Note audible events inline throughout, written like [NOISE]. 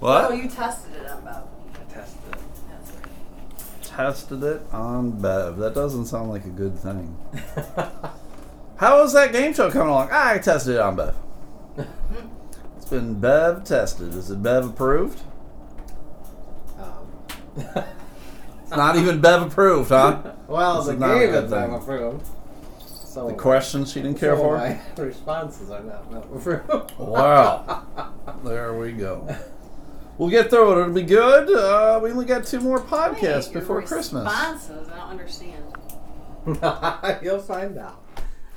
What? Oh, you tested it on Bev. Test That's right. Tested it on Bev. That doesn't sound like a good thing. it. [LAUGHS] How is that game show coming along? I tested it on [LAUGHS] Bev. it's been Bev tested. Is it Bev approved? Um, [LAUGHS] It's not even Bev approved, [LAUGHS] huh? well, This the is not Oh, a game good is not thing. approved. So The questions she didn't care so for? My [LAUGHS] responses are not not [LAUGHS] approved. [LAUGHS] Wow. There we go. We'll get through it. It'll be good. Uh, we only got two more podcasts Wait, your before Christmas. Responses, I don't understand. You'll find out.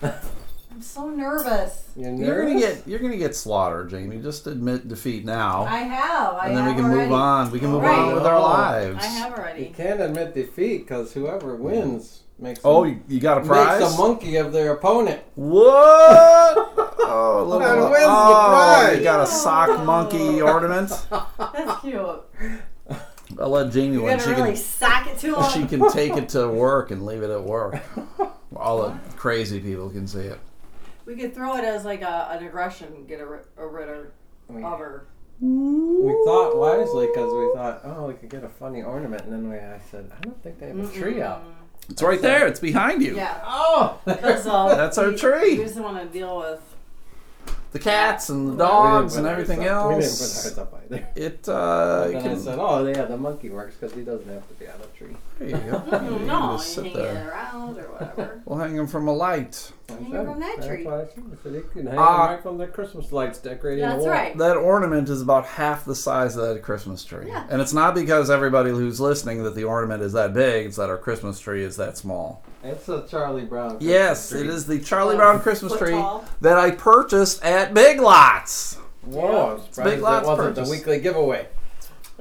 I'm so nervous. You're, You're gonna nervous? get you're gonna get slaughtered, Jamie. Just admit defeat now, I have. I and then we have can already. move on. We can move Right. on with our Oh. lives. I have You already. can't admit defeat because whoever wins makes oh, a, you, you got a prize. makes a monkey of their opponent. [LAUGHS] What? Oh, look That at wins the oh, prize. You got a No. sock monkey ornament. That's cute. [LAUGHS] You're I'll let Jamie win. gonna She really can sock it to [LAUGHS] she him. can take it to work and leave it at [LAUGHS] work. All the crazy people can see it. We could throw it as like a, an aggression, get a, ri- a ritter We, of her. we thought wisely because we thought, oh, we could get a funny ornament, and then we, I said, I don't think they have a tree out. It's right there. It's behind you. Yeah, [LAUGHS] Oh, because uh, [LAUGHS] That's our we- tree. We just want to deal with. The cats and the We didn't dogs put and ours everything up. We didn't else. put ours up either. It uh, Then I can, said, oh, yeah, the monkey works because he doesn't have to be on a tree. there you [LAUGHS] go. You No, can no, just you sit hang there. it around or whatever. We'll hang them from a light. Hang it from that That's tree. what I said. I said you can hang Ah. them right from the Christmas lights decorating That's the wall. right. That ornament is about half the size of that Christmas tree. Yeah. And it's not because everybody who's listening that the ornament is that big, it's that our Christmas tree is that small. It's a Charlie Brown. Christmas Yes, tree. it is the [LAUGHS] Charlie Oh, Brown Christmas foot tree tall. that I purchased at Big Lots. Whoa, I'm surprised Big Lots it wasn't purchase. the weekly giveaway.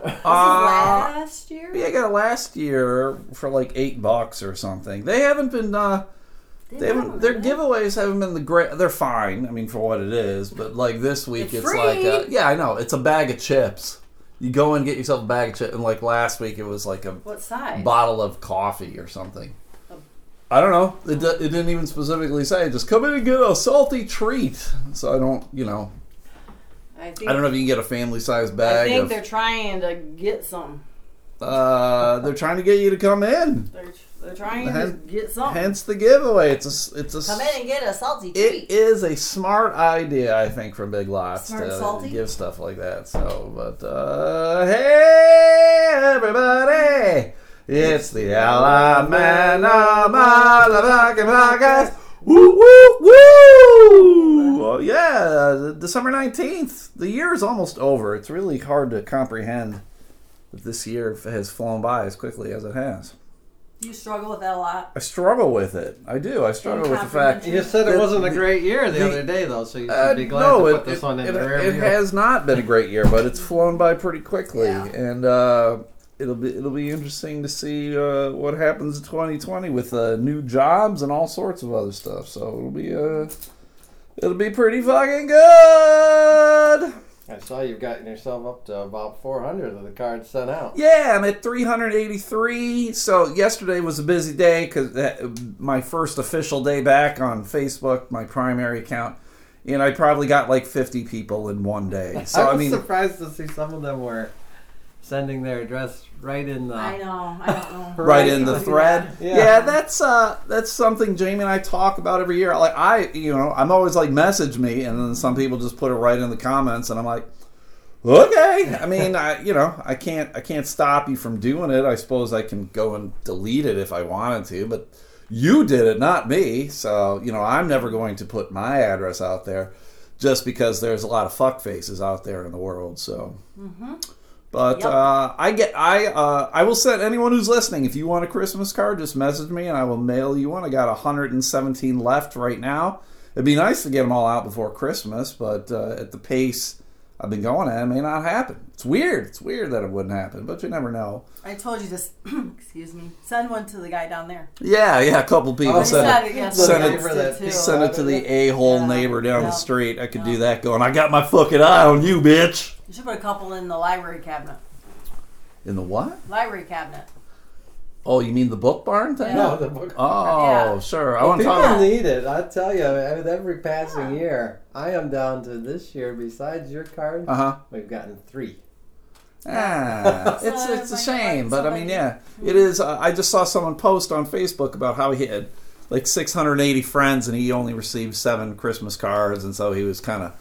This is Uh, last year. yeah, I got it last year for like eight bucks or something. They haven't been uh, they haven't their giveaways haven't been the great. They're fine. I mean, for what it is, but like this week, It's it's, free. like uh yeah, I know. It's a bag of chips. You go and get yourself a bag of chips, and like last week, it was like a What size? bottle of coffee or something. A- I don't know. It, d- it didn't even specifically say. Just come in and get a salty treat. So I don't, you know, I think. I don't know if you can get a family size I bag. think of, they're trying to get some. uh, they're trying to get you to come in. They're they're trying Hen- to get some. Hence the giveaway. It's a, s- it's a. s- Oh. Come in and get a salty treat. It is a smart idea, I think, from Big Lots Smart to salty? give stuff like that. So, but uh, hey, everybody, it's the Alabama motherfucking podcast. Woo woo woo! Oh yeah, December nineteenth. The year is almost over. It's really hard to comprehend that this year has flown by as quickly as it has. you struggle with that a lot. I struggle with it. I do. I struggle with the fact You said it The- wasn't a the- great year the, the- other day, though, so you should Uh, be glad no, to it, put this it, on in it, the rear it view. has not been a great year, but it's flown by pretty quickly, Yeah. and uh, it'll be it'll be interesting to see uh, what happens in 2020 with uh, new jobs and all sorts of other stuff. So it'll be uh, it'll be pretty fucking good. I saw you've gotten yourself up to about 400 of the cards sent out. Yeah, I'm at 383. So yesterday was a busy day because my first official day back on Facebook, my primary account, and I probably got like 50 people in one day. So [LAUGHS] I was I mean, surprised to see some of them were sending their address right in the. I know. I don't [LAUGHS] know. right Right, in the Yeah. thread. Yeah. Yeah. that's uh that's something Jamie and I talk about every year. Like I, you know, I'm always like message me, and then some people just put it right in the comments, and I'm like, okay. I mean, I you know, I can't I can't stop you from doing it. I suppose I can go and delete it if I wanted to, but you did it, not me. So you know, I'm never going to put my address out there. Just because there's a lot of fuck faces out there in the world, so but Yep. uh, I get I uh, I will send anyone who's listening. If you want a Christmas card, just message me and I will mail you one. I got 117 left right now. It'd be nice to get them all out before Christmas, but uh, at the pace I've been going at, it may not happen. It's weird. It's weird that it wouldn't happen, but you never know. I told you to. s- [CLEARS THROAT] excuse me. Send one to the guy down there. Yeah, yeah. A couple people Oh, I said said it yesterday. send I it, for did that too. send it to the a hole Yeah. neighbor down Yeah. the street. I could Yeah. do that. Going, I got my fucking eye on you, bitch. You should put a couple in the library cabinet. In the what? Library cabinet. Oh, you mean the book barn thing? No, the book. Oh, Yeah. sure. I want to People talk. about need it. I tell you, with every passing year, I am down to this year. Besides your card, Uh huh. we've gotten three. Ah, it's So, it's a like, like shame, but I mean, somebody- Hmm. yeah, it is. Uh, I just saw someone post on Facebook about how he had like 680 friends and he only received seven Christmas cards, and so he was kind of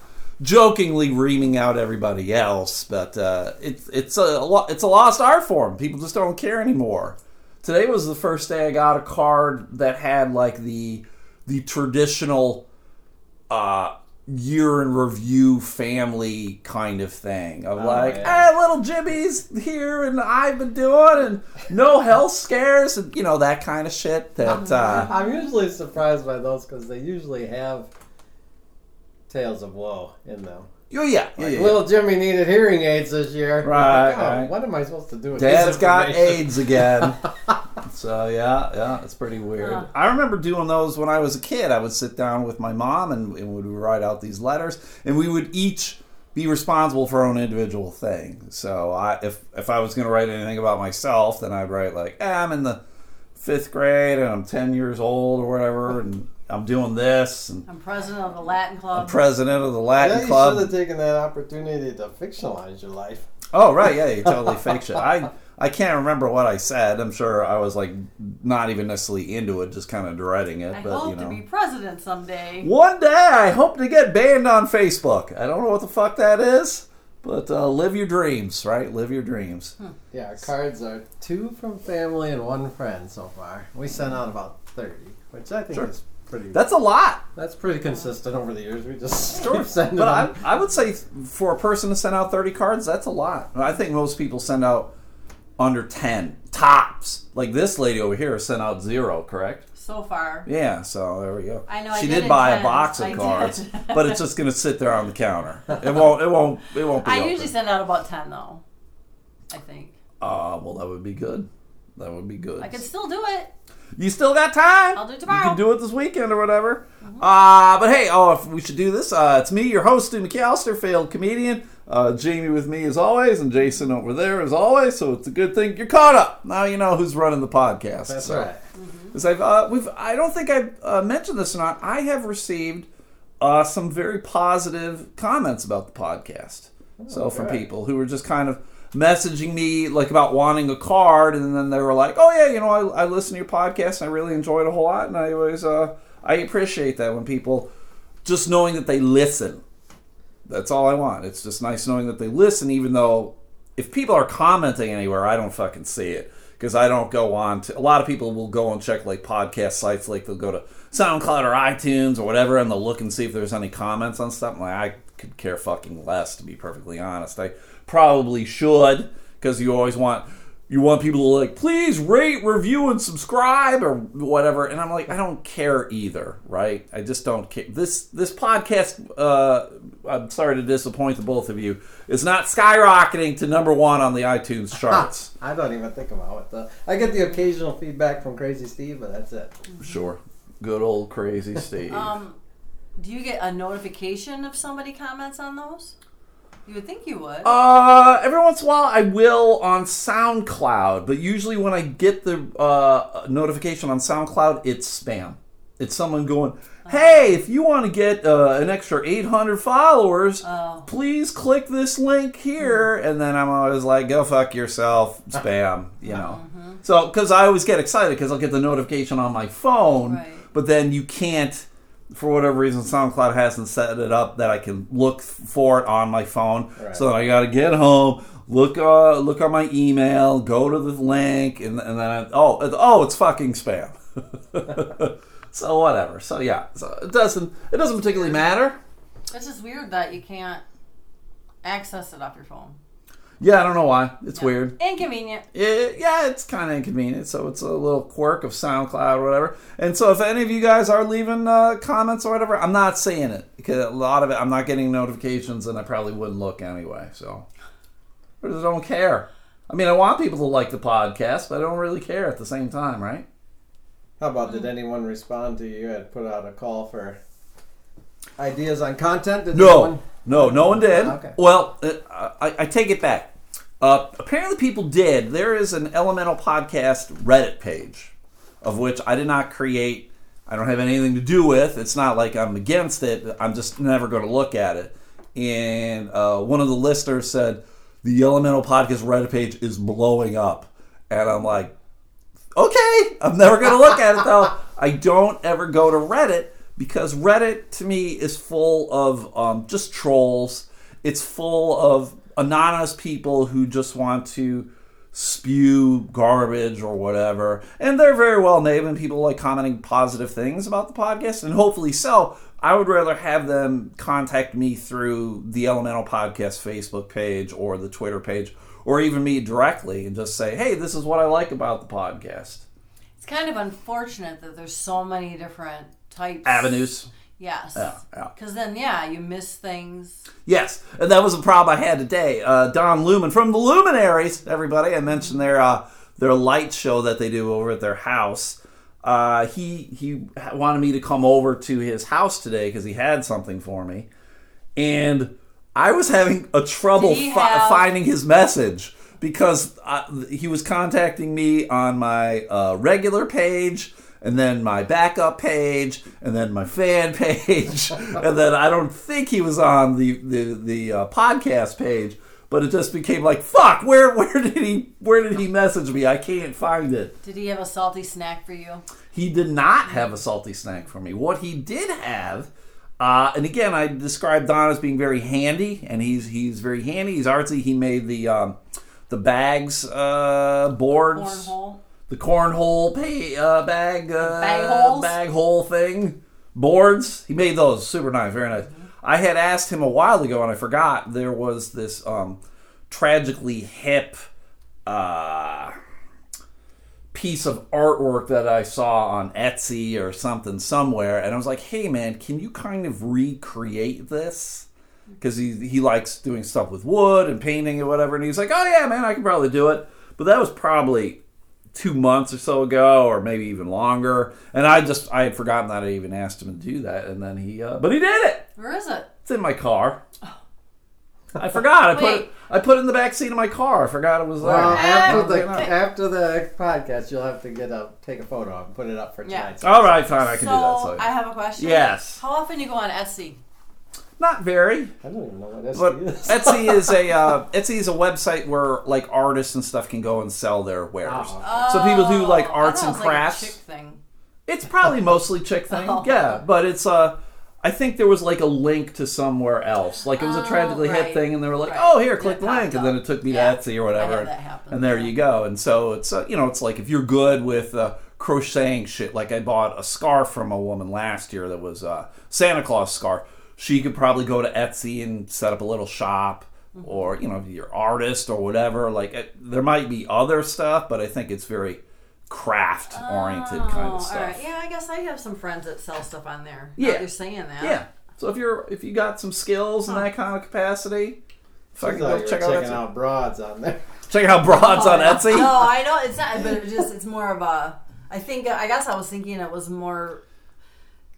jokingly reaming out everybody else. But uh, it's it's a lo- it's a lost art form. People just don't care anymore. Today was the first day I got a card that had like the the traditional uh, year in review family kind of thing Oh, of like, yeah. hey, little Jimmy's here and I've been doing and no health scares and you know that kind of shit. That uh, I'm usually surprised by those because they usually have tales of woe in them. oh yeah, yeah, Like, yeah. Little Jimmy needed hearing aids this year. Right, Like, oh, right. What am I supposed to do with Dad's this got information? AIDS again. [LAUGHS] so yeah, yeah, it's pretty weird. Huh. I remember doing those when I was a kid. I would sit down with my mom and, and we would write out these letters, and we would each be responsible for our own individual thing. So I, if if I was going to write anything about myself, then I'd write like, eh, I'm in the fifth grade and I'm ten years old or whatever, and I'm doing this and. I'm president of the Latin I'm Club. president of the Yeah, Latin you Club. should have taken that opportunity to fictionalize your life. Oh right, yeah, you totally fake shit. I I can't remember what I said. I'm sure I was like not even necessarily into it, just kind of dreading it. I but hope you know, to be president someday. one day I hope to get banned on Facebook. I don't know what the fuck that is, but uh, live your dreams, right? Live your dreams. Hmm. Yeah, our cards are two from family and one friend so far. We sent out about 30, which I think Sure. is pretty. That's a lot. that's pretty consistent over the years. We [LAUGHS] just Sure. keep sending but them. I, I would say for a person to send out 30 cards, that's a lot. I think most people send out under 10 tops. Like this lady over here sent out zero, correct? So far. Yeah, so there we go. I know I she did did, buy a intend- box of I did. [LAUGHS] cards, but it's just gonna sit there on the counter. It won't. It won't. It won't be. I open. usually send out about 10, though. I think. Ah, well, that would be good. That would be good. I could still do it. You still got time. I'll do it You tomorrow. Mm-hmm. can do it this weekend or whatever. Uh, but hey, oh, if we should do this. Uh, it's me, your host, Stu McAllister, failed comedian. Uh, Jamie with me as always, and Jason over there as always. So it's a good thing you're caught up. Now you know who's running the podcast. That's so. right. Because I've uh, we've I don't think I've uh, mentioned this or not. I have received uh, some very positive comments about the podcast. so from good. people who were just kind of messaging me like about wanting a card, and then they were like, "Oh yeah, you know, I, I listen to your podcast and I really enjoy it a whole lot, and I always uh, I appreciate that when people just knowing that they listen. That's all I want. It's just nice knowing that they listen, even though if people are commenting anywhere, I don't fucking see it because I don't go on to. A lot of people will go and check like podcast sites, like they'll go to SoundCloud or iTunes or whatever, and they'll look and see if there's any comments on something. Like I could care fucking less, to be perfectly honest. I probably should because you always want. You want people to like, please rate, review, and subscribe, or whatever. And I'm like, I don't care either, right? I just don't care. This this podcast, uh, I'm sorry to disappoint the both of you, is not skyrocketing to number one on the iTunes charts. [LAUGHS] I don't even think about it. Though. I get the occasional feedback from Crazy Steve, but that's it. Sure. Good old crazy Steve. Um, do you get a notification if somebody comments on those? You would think you would. uh, every once in a while I will on SoundCloud, but usually when I get the uh, notification on SoundCloud, it's spam. It's someone going, "Hey, if you want to get uh, an extra 800 followers, Oh. please click this link here." And then I'm always like, "Go fuck yourself, spam," you know. So, because I always get excited because I'll get the notification on my phone, Right. but then you can't for whatever reason soundcloud hasn't set it up that i can look for it on my phone Right. so i gotta get home look uh, look on my email go to the link and, and then I, oh it- oh it's fucking spam [LAUGHS] so whatever so yeah so it doesn't it doesn't particularly matter it's just weird that you can't access it off your phone. yeah i don't know why it's weird Inconvenient. it, yeah, it's kind of inconvenient. So it's a little quirk of SoundCloud or whatever. And so if any of you guys are leaving uh, comments or whatever, I'm not seeing it because a lot of it, I'm not getting notifications and I probably wouldn't look anyway. So I just don't care. I mean, I want people to like the podcast, but I don't really care at the same time, right? How about did anyone respond to you? I had put out a call for ideas on content. Did anyone- No, no, no one did. Okay. Well, uh, I, I take it back. Uh, apparently, people did. There is an Elemental Podcast Reddit page, of which I did not create. I don't have anything to do with. It's not like I'm against it. I'm just never going to look at it. And uh, one of the listeners said, the Yellow Metal Podcast Reddit page is blowing up. And I'm like, okay, I'm never going to look at it though. I don't ever go to Reddit because Reddit to me is full of um, just trolls. It's full of anonymous people who just want to spew garbage or whatever. And they're very well named, and people like commenting positive things about the podcast, and hopefully so. I would rather have them contact me through the Elemental Podcast Facebook page or the Twitter page, or even me directly, and just say, hey, this is what I like about the podcast. It's kind of unfortunate that there's so many different types. Avenues. Yes. Yeah, yeah. Because then, yeah, you miss things. Yes, and that was a problem I had today. Uh, Don Lumen from the Luminaries, everybody. I mentioned their uh, their light show that they do over at their house. Uh, he he wanted me to come over to his house today because he had something for me, and I was having a trouble Did he fi- have- finding his message because I, he was contacting me on my uh, regular page. And then my backup page, and then my fan [LAUGHS] page, and then I don't think he was on the the, the uh, podcast page, but it just became like fuck. Where where did he where did he message me? I can't find it. Did he have a salty snack for you? He did not have a salty snack for me. What he did have, uh, and again, I described Don as being very handy, and he's he's very handy. He's artsy. He made the um, the bags uh, boards, Cornhole? the cornhole pay, uh, bag uh, Bag holes? bag hole thing boards. He made those super nice, very nice. I had asked him a while ago, and I forgot there was this um, tragically hip. Uh, piece of artwork that I saw on Etsy or something somewhere, and I was like, "Hey, man, can you kind of recreate this?" Because he he likes doing stuff with wood and painting and whatever, and he's like, "Oh yeah, man, I can probably do it." But that was probably two months or so ago, or maybe even longer, and I just I had forgotten that I even asked him to do that, and then he uh, but he did it. Where is it? It's in my car. I forgot. I put Oh. Wait. it, I put it in the back seat of my car. I forgot it was there. Well, after Probably the not. after the podcast, you'll have to get a take a photo of it and put it up for Yeah. tonight. All right, fine. I can so, do that. So. I have a question. Yes. How often do you go on Etsy? Not very, I don't even know what this but is. [LAUGHS] Etsy is a uh, Etsy is a website where like artists and stuff can go and sell their wares. Oh, So people do, like, Oh, arts I thought and it was, like, a crafts. chick thing. It's probably mostly [LAUGHS] chick thing, Oh. yeah. But it's uh, I think there was like a link to somewhere else. Like it was a Oh, tragically hit right, thing, and they were like, right. "Oh, here, And click it the popped link," and then up. it took me Yeah, to Etsy or whatever, that happen. and there you go. And so it's uh, you know, it's like if you're good with uh, crocheting shit. Like I bought a scarf from a woman last year that was a Santa Claus scarf. She could probably go to Etsy and set up a little shop. Mm-hmm. Or you know, if you're an artist or whatever. Like it, there might be other stuff, but I think it's very craft oriented kind Oh, of stuff. All right. Yeah, I guess I have some friends that sell stuff on there. Now Yeah. that You're saying that. Yeah. So if you're if you got some skills in that kind of capacity, fucking go you're check out checking Etsy. out broads on there. check out Oh, broads on Etsy. No, I know it's not, but it's just it's more of a. I think I guess I was thinking it was more.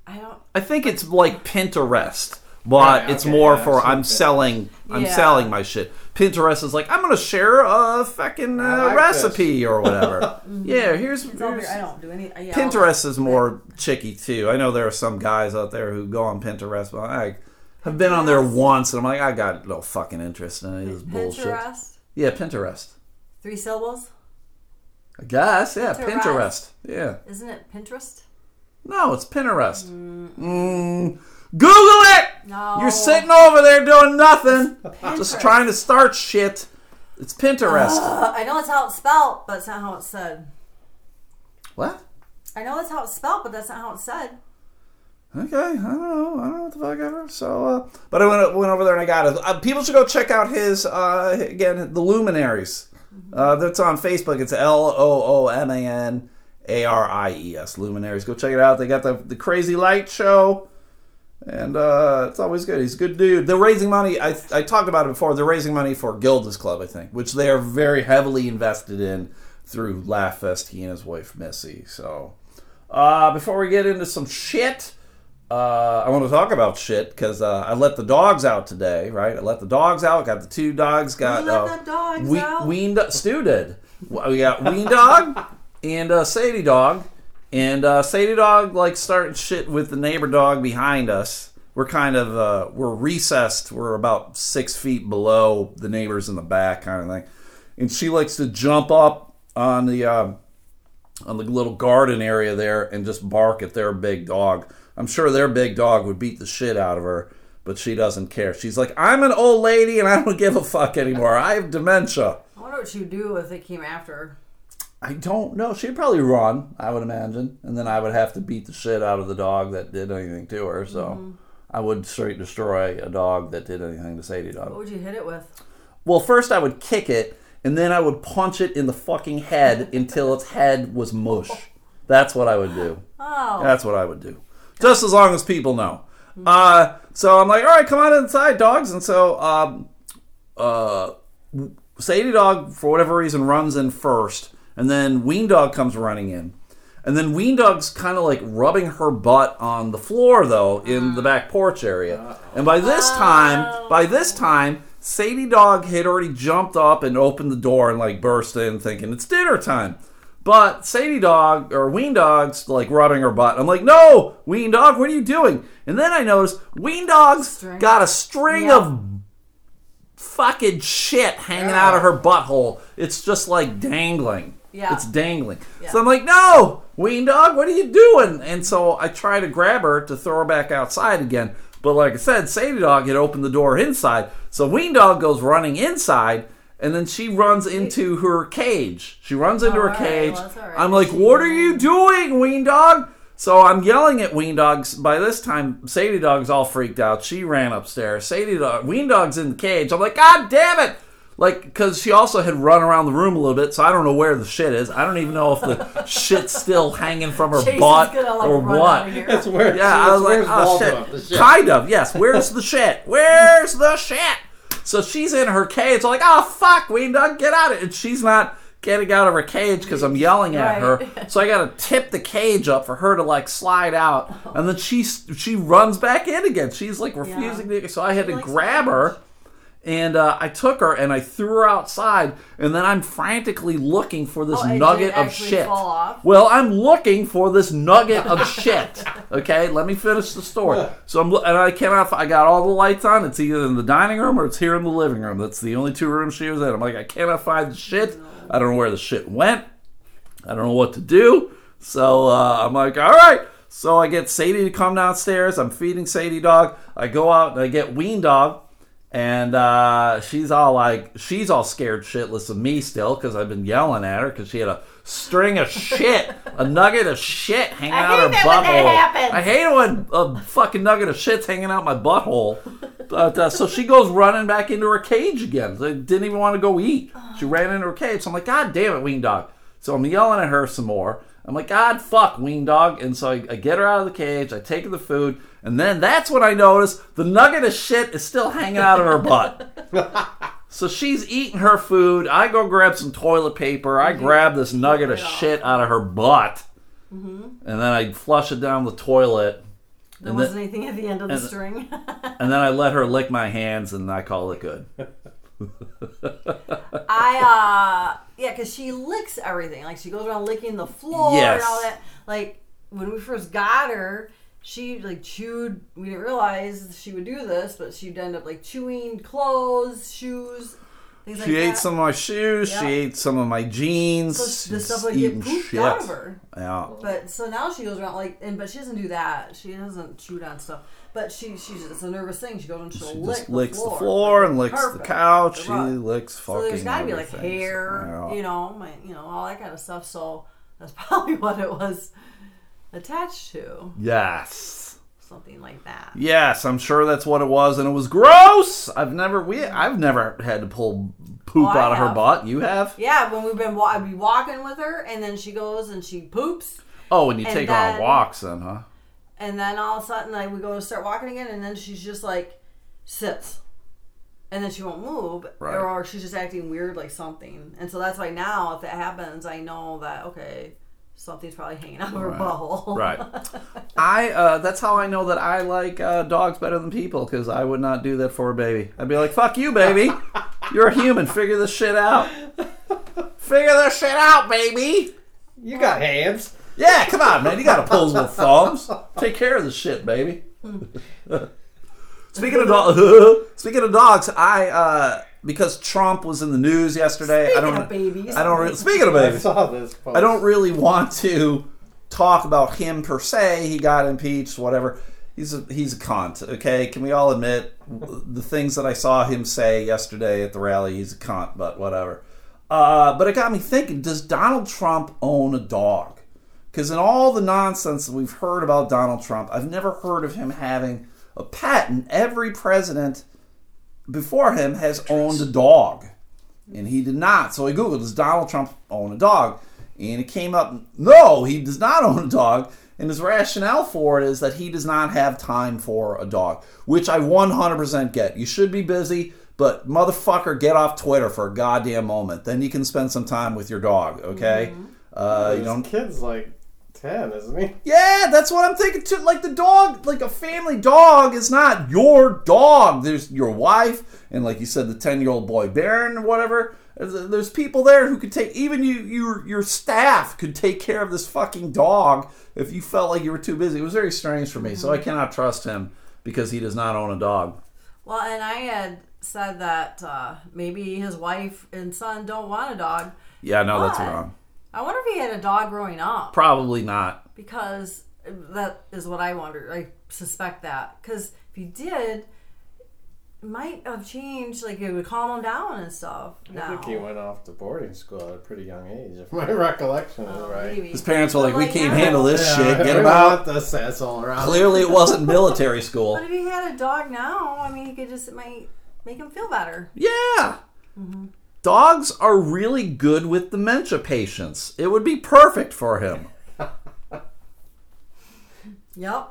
I don't. I think it's like Pinterest, but Yeah, it's Oh, okay, more yeah, for I'm something. selling I'm Yeah. selling my shit. Pinterest is like I'm gonna share a fucking I uh, like recipe or [LAUGHS] whatever. Mm-hmm. yeah, here's, It's all weird. here's I don't do any. Yeah, I'll- Pinterest is more chicky too. I know there are some guys out there who go on Pinterest, but I have been on there once and I'm like I got no fucking interest in any of this bullshit. Pinterest. Yeah, Pinterest. Three syllables, I guess, yeah. Pinterest. Pinterest. Yeah. isn't it? Pinterest. No, it's Pinterest. Mm. Google it! No. You're sitting over there doing nothing. Just trying to start shit. It's Pinterest. Uh, I know it's how it's spelled, but it's not how it's said. what? I know it's how it's spelled, but that's not how it's said. Okay, I don't know. I don't know what the fuck ever. So, uh, but I went, went over there and I got it. Uh, people should go check out his, uh, again, The Luminaries. Uh, that's on Facebook. It's L O O M A N A R I E S, Luminaries. Go check it out. They got the, the Crazy Light Show. And uh, it's always good. He's a good dude. They're raising money. I, I talked about it before. They're raising money for Gilda's Club, I think, which they are very heavily invested in through Laugh Fest, he and his wife, Missy. So, uh, before we get into some shit, uh, I want to talk about shit because uh, I let the dogs out today, right? I let the dogs out. Got the two dogs. Got let uh, the dogs we, out? Weaned Stu did. We got Wean Dog and uh, Sadie Dog, and uh, Sadie Dog like starting shit with the neighbor dog behind us. we're kind of uh, we're recessed. We're about six feet below the neighbors in the back, kind of thing. And she likes to jump up on the uh, on the little garden area there and just bark at their big dog. I'm sure their big dog would beat the shit out of her, but she doesn't care. She's like, I'm an old lady and I don't give a fuck anymore. I have dementia. I wonder what she would do if they came after her. I don't know. She'd probably run, I would imagine, and then I would have to beat the shit out of the dog that did anything to her. So I would straight destroy a dog that did anything to Sadie Dog. What would you hit it with? Well, first I would kick it, and then I would punch it in the fucking head until its head was mush. That's what I would do. Oh, That's what I would do. Just as long as people know. Uh, so I'm like, all right, come on inside, dogs. And so um, uh, Sadie Dog, for whatever reason, runs in first. And then Ween Dog comes running in. And then Ween Dog's kind of like rubbing her butt on the floor, though, in the back porch area. And by this time, by this time, Sadie Dog had already jumped up and opened the door and like burst in, thinking it's dinner time. But Sadie Dog or Ween Dog's like rubbing her butt. I'm like, no, Ween Dog, what are you doing? And then I noticed Ween Dog's String. got a string Yeah. of fucking shit hanging out of her butthole. It's just like dangling. Yeah. It's dangling. Yeah. So I'm like, no, wean dog, what are you doing? And so I try to grab her to throw her back outside again. But like I said, Sadie Dog had opened the door inside. So Ween Dog goes running inside and then she runs into her cage. She runs into her Alright, cage. well, that's alright. I'm like, what are you doing, Ween Dog? So I'm yelling at Ween Dogs. By this time, Sadie Dog's all freaked out. She ran upstairs. Sadie Dog, Ween Dog's in the cage. I'm like, God damn it! Like, because she also had run around the room a little bit, so I don't know where the shit is. I don't even know if the [LAUGHS] shit's still hanging from her Jason's butt gonna like or run out what. of here. That's [LAUGHS] where. Yeah, I was like, oh shit. Kind of, yes. Where's the shit? Where's the shit? So she's in her cage, like, oh fuck, we done get out of it. And she's not getting out of her cage because I'm yelling at Right. her. So I gotta tip the cage up for her to like slide out, and then she she runs back in again. She's like refusing to. So I had to likes grab the her. And uh, I took her and I threw her outside, and then I'm frantically looking for this Oh, it did nugget of actually shit. fall off? Well, I'm looking for this nugget of shit. Okay, let me finish the story. So I'm lo- and I cannot. fi- I got all the lights on. It's either in the dining room or it's here in the living room. That's the only two rooms she was in. I'm like, I cannot find the shit. I don't know where the shit went. I don't know what to do. So uh, I'm like, all right. So I get Sadie to come downstairs. I'm feeding Sadie dog. I go out and I get Ween dog. And uh, she's all like, she's all scared shitless of me still because I've been yelling at her because she had a string of shit, a nugget of shit hanging I out hate her that when that butthole. happens. I hate it when a fucking nugget of shit's hanging out my butthole. But, uh, so she goes running back into her cage again. They didn't even want to go eat. She ran into her cage. So I'm like, God damn it, Ween Dog. So I'm yelling at her some more. I'm like, God fuck, Ween Dog. And so I, I get her out of the cage. I take her the food. And then that's when I notice the nugget of shit is still hanging out of her butt. So she's eating her food. I go grab some toilet paper. I grab this nugget of it off. shit out of her butt. And then I flush it down the toilet. there and wasn't anything at the end of the and the- string. [LAUGHS] And then I let her lick my hands and I call it good. I uh yeah, because she licks everything. Like she goes around licking the floor Yes. and all that. Like when we first got her, she like chewed. We didn't realize she would do this, but she'd end up like chewing clothes, shoes, things like She that. ate some of my shoes. She Yeah. ate some of my jeans. so the She's stuff would eating get pooped out of her. Yeah. But so now she goes around like, and but she doesn't do that. She doesn't chew on stuff. But she she's it's a nervous thing. She goes and she'll She lick just licks the the floor, floor and licks carpet, the couch. the she rug. licks fucking. So there's got to be like everything. hair, Yeah. you know, my, you know, all that kind of stuff. So that's [LAUGHS] probably what it was attached to, Yes. something like that. Yes, I'm sure that's what it was, and it was gross. I've never we I've never had to pull poop Oh, I out of her have. butt. You have? Yeah, when we've been wa- I'd be walking with her, and then she goes and she poops, Oh, and you And take her on then- walks, then, huh? and then all of a sudden, like we go and start walking again, and then she's just like sits, and then she won't move, Right. or, or she's just acting weird, like something. And so that's why now, if that happens, I know that okay, something's probably hanging out of her Right. butthole. Right. [LAUGHS] [LAUGHS] I uh, that's how I know that I like uh, dogs better than people because I would not do that for a baby. I'd be like, "Fuck you, baby! You're a human. Figure this shit out. Figure this shit out, baby. You got hands. [LAUGHS] Yeah, come on, man. You got opposable thumbs. Take care of this shit, baby." Speaking of dogs, [LAUGHS] speaking of dogs, I uh, because Trump was in the news yesterday. I Speaking don't. of babies. I don't. Re- speaking of I babies, saw this post. I don't really want to talk about him per se. He got impeached, whatever. He's a, he's a cunt. Okay, can we all admit the things that I saw him say yesterday at the rally? He's a cunt, but whatever. Uh, but it got me thinking: Does Donald Trump own a dog? Because in all the nonsense that we've heard about Donald Trump, I've never heard of him having a pet, and every president before him has owned a dog, and he did not. So I googled, does Donald Trump own a dog? And it came up, no, he does not [LAUGHS] own a dog. And his rationale for it is that he does not have time for a dog, which I 100% get. You should be busy, but motherfucker, get off Twitter for a goddamn moment. Then you can spend some time with your dog, okay? Uh, His you don't kid's like ten, isn't he? yeah, that's what I'm thinking too. Like the dog, like a family dog is not your dog. There's your wife, and like you said, the ten year old boy Baron or whatever. There's there's people there who could take even you your your staff could take care of this fucking dog if you felt like you were too busy. It was very strange for me, so I Mm-hmm. cannot trust him because he does not own a dog. Well, and I had said that uh, maybe his wife and son don't want a dog. Yeah, no, that's What? wrong. I wonder if he had a dog growing up. Probably not. because that is what I wonder. I suspect that because if he did, it might have changed. Like it would calm him down and stuff. No, I think he went off to boarding school at a pretty young age, if my [LAUGHS] recollection is Oh, right. maybe. His parents were like, But, "We like, can't now- handle this shit. Get we him out." want this asshole around. Clearly, it wasn't military school. But if he had a dog now, I mean, he could just it might make him feel better. Yeah. Mm-hmm. Dogs are really good with dementia patients. It would be perfect for him. Yep.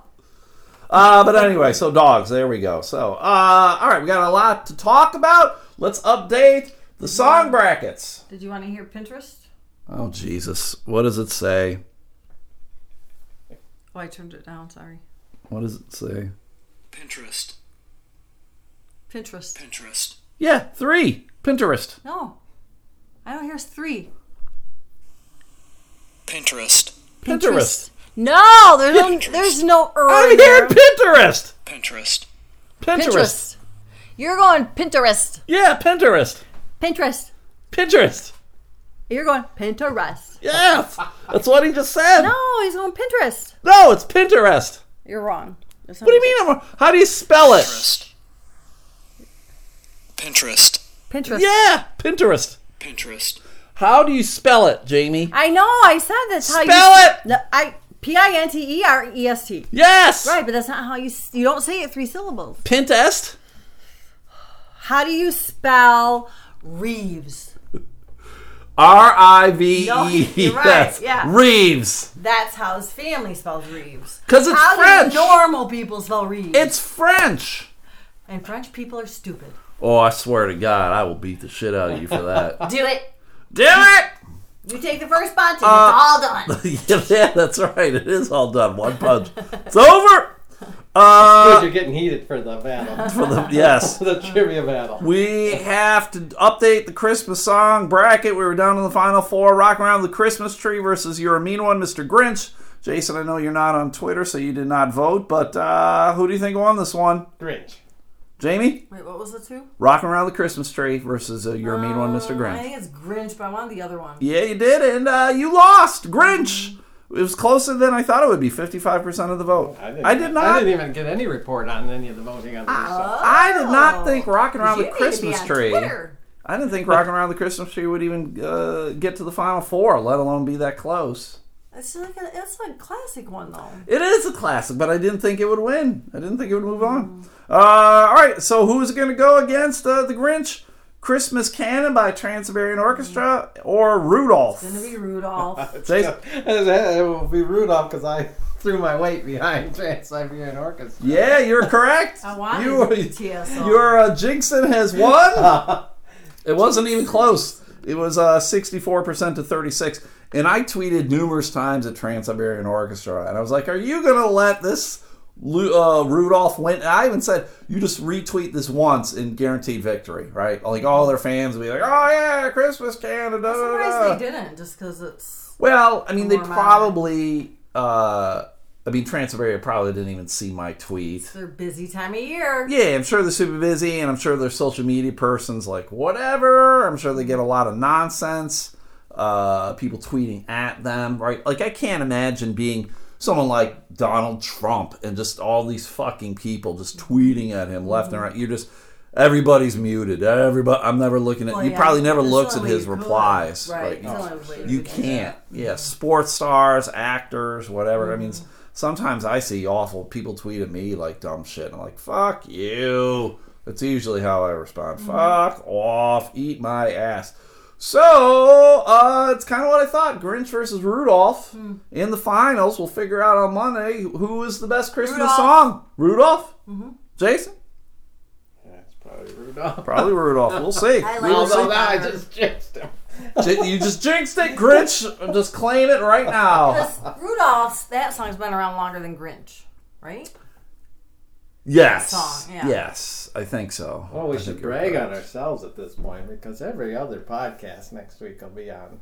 Uh, but anyway, so dogs, there we go. So, uh, all right, we got a lot to talk about. Let's update the song brackets. Did you want to hear Pinterest? Oh, Jesus. What does it say? Oh, I turned it down. Sorry. What does it say? Pinterest. Pinterest. Pinterest. Yeah, three. Pinterest. No, I don't hear three. Pinterest. Pinterest. No, there's no, there's no er. I'm in there. here, Pinterest. Pinterest. Pinterest. Pinterest. You're going Pinterest. Yeah, Pinterest. Pinterest. Pinterest. You're going Pinterest. [LAUGHS] Yes. That's what he just said. No, he's going Pinterest. no it's Pinterest. You're wrong. What do you mean? I'm, how do you spell it? Pinterest. Pinterest. Pinterest. Yeah, Pinterest. Pinterest. How do you spell it, Jamie? I know. I said that's how Spell you it! No, I P I N T E R E S T. Yes. Right, but that's not how you s- you don't say it three syllables. Pintest. How do you spell Reeves? R I V No, E [LAUGHS] you're E right, S. yeah. Reeves. That's how his family spells Reeves. 'Cause it's how do French. normal people spell Reeves. It's French. and French people are stupid. Oh, I swear to God, I will beat the shit out of you for [LAUGHS] that. Do it. Damn You take the first punch and Uh, it's all [LAUGHS] done. it! yeah, [LAUGHS] yeah, that's right. It is all done. One punch. It's over. Uh, Dude, you're getting heated for the battle, [LAUGHS] for the, yes. the trivia battle. We have to update the Christmas song bracket. We were down to the final four. Rock around the Christmas tree versus you're a mean one, Mr. Grinch. Jason, I know you're not on Twitter, so you did not vote, but uh, who do you think won this one? Grinch. Jamie, Wait, what was the two? rock around the Christmas tree versus uh, you're a mean one, Mr. I Grinch. think it's Grinch, but I wanted the other one. Yeah, you did, and uh, you lost, Grinch. It was closer than I thought it would be. Fifty-five percent of the vote. I, did I not. didn't even get any report on any of the voting on this. so. Ah. I did not think rocking rocking around the Christmas tree. I didn't think rocking around the Christmas tree would even uh, get to the final four, let alone be that close. It's like a, it's a classic one though. It is a classic, but I didn't think it would win. I didn't think it would move on. Uh, all right, so who's going to go against uh, the Grinch? Christmas Canon by Trans-Siberian Orchestra or Rudolph? It's gonna be [LAUGHS] Rudolph. Jason- [LAUGHS] it will be Rudolph because I [LAUGHS] threw my weight behind [LAUGHS] Trans Siberian Orchestra. Yeah, you're correct. I wanted you were, the [LAUGHS] TSO. your uh, Jinxon has won. [LAUGHS] it wasn't even close. It was uh, 64% to 36. And I tweeted numerous times at Trans-Siberian Orchestra, and I was like, "Are you gonna let this Lu- uh, Rudolph win?" And I even said, "You just retweet this once and guaranteed victory, right?" Like all their fans would be like, "Oh yeah, Christmas Canada." I'm uh, surprised they didn't, just because it's Well, I mean, they More modern. probably uh, I mean, Transiberia probably didn't even see my tweet. It's their busy time of year. Yeah, I'm sure they're super busy, and I'm sure their social media person's like, whatever. I'm sure they get a lot of nonsense, uh, people tweeting at them, right? Like, I can't imagine being someone like Donald Trump and just all these fucking people just tweeting at him left Mm-hmm. and right. You're just, everybody's muted. Everybody, I'm never looking at, Well, you yeah, probably never there's looks no at way you his could. replies. Right. right? there's no way You could do that. can't. Yeah, sports stars, actors, whatever. I mean, s- sometimes I see awful people tweet at me like dumb shit. And I'm like, fuck you. That's usually how I respond. Fuck off. Eat my ass. So, uh, it's kind of what I thought. Grinch versus Rudolph in the finals. We'll figure out on Monday who is the best Christmas Rudolph. song. Rudolph? Jason? Yeah, it's probably Rudolph. Probably Rudolph. We'll see. I We will like see. Although that I Rudolph. just jinxed him. J- You just jinxed it, Grinch. Just claim it [LAUGHS] right now. Because Rudolph's that song's been around longer than Grinch, right? Yes. song, yeah. Yes, I think so. Well, Oh, we I should think you're brag right. on ourselves at this point because every other podcast next week will be on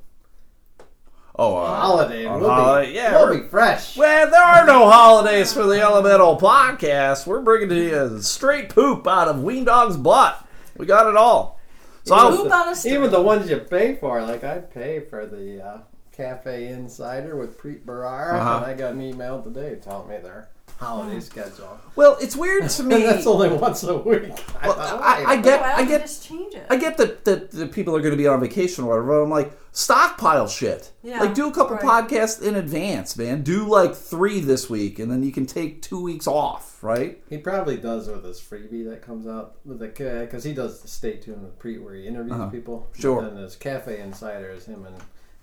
Oh, uh, holiday. on and we'll holiday, be, yeah, we'll we're- be fresh. Well, there are no holidays for the Elemental Podcast. We're bringing to you straight poop out of Ween Dog's butt. We got it all. So, Even I'll, Poop on a stick. Even the ones you pay for, like I pay for the uh, Cafe Insider with Preet Bharara, Uh-huh. and I got an email today telling me their holiday [LAUGHS] schedule. [LAUGHS] well, it's weird to me. And that's only once a week. [LAUGHS] I, thought, I, wait I a get, Why don't I we get, just change it? I get that that the people are going to be on vacation or whatever. But I'm like stockpile shit. Yeah, like do a couple right. podcasts in advance, man. Do like three this week, and then you can take two weeks off, right? He probably does with his freebie that comes out with the because he does the Stay Tuned with Preet where he interviews people. Uh-huh. Sure. And his Cafe Insider is him and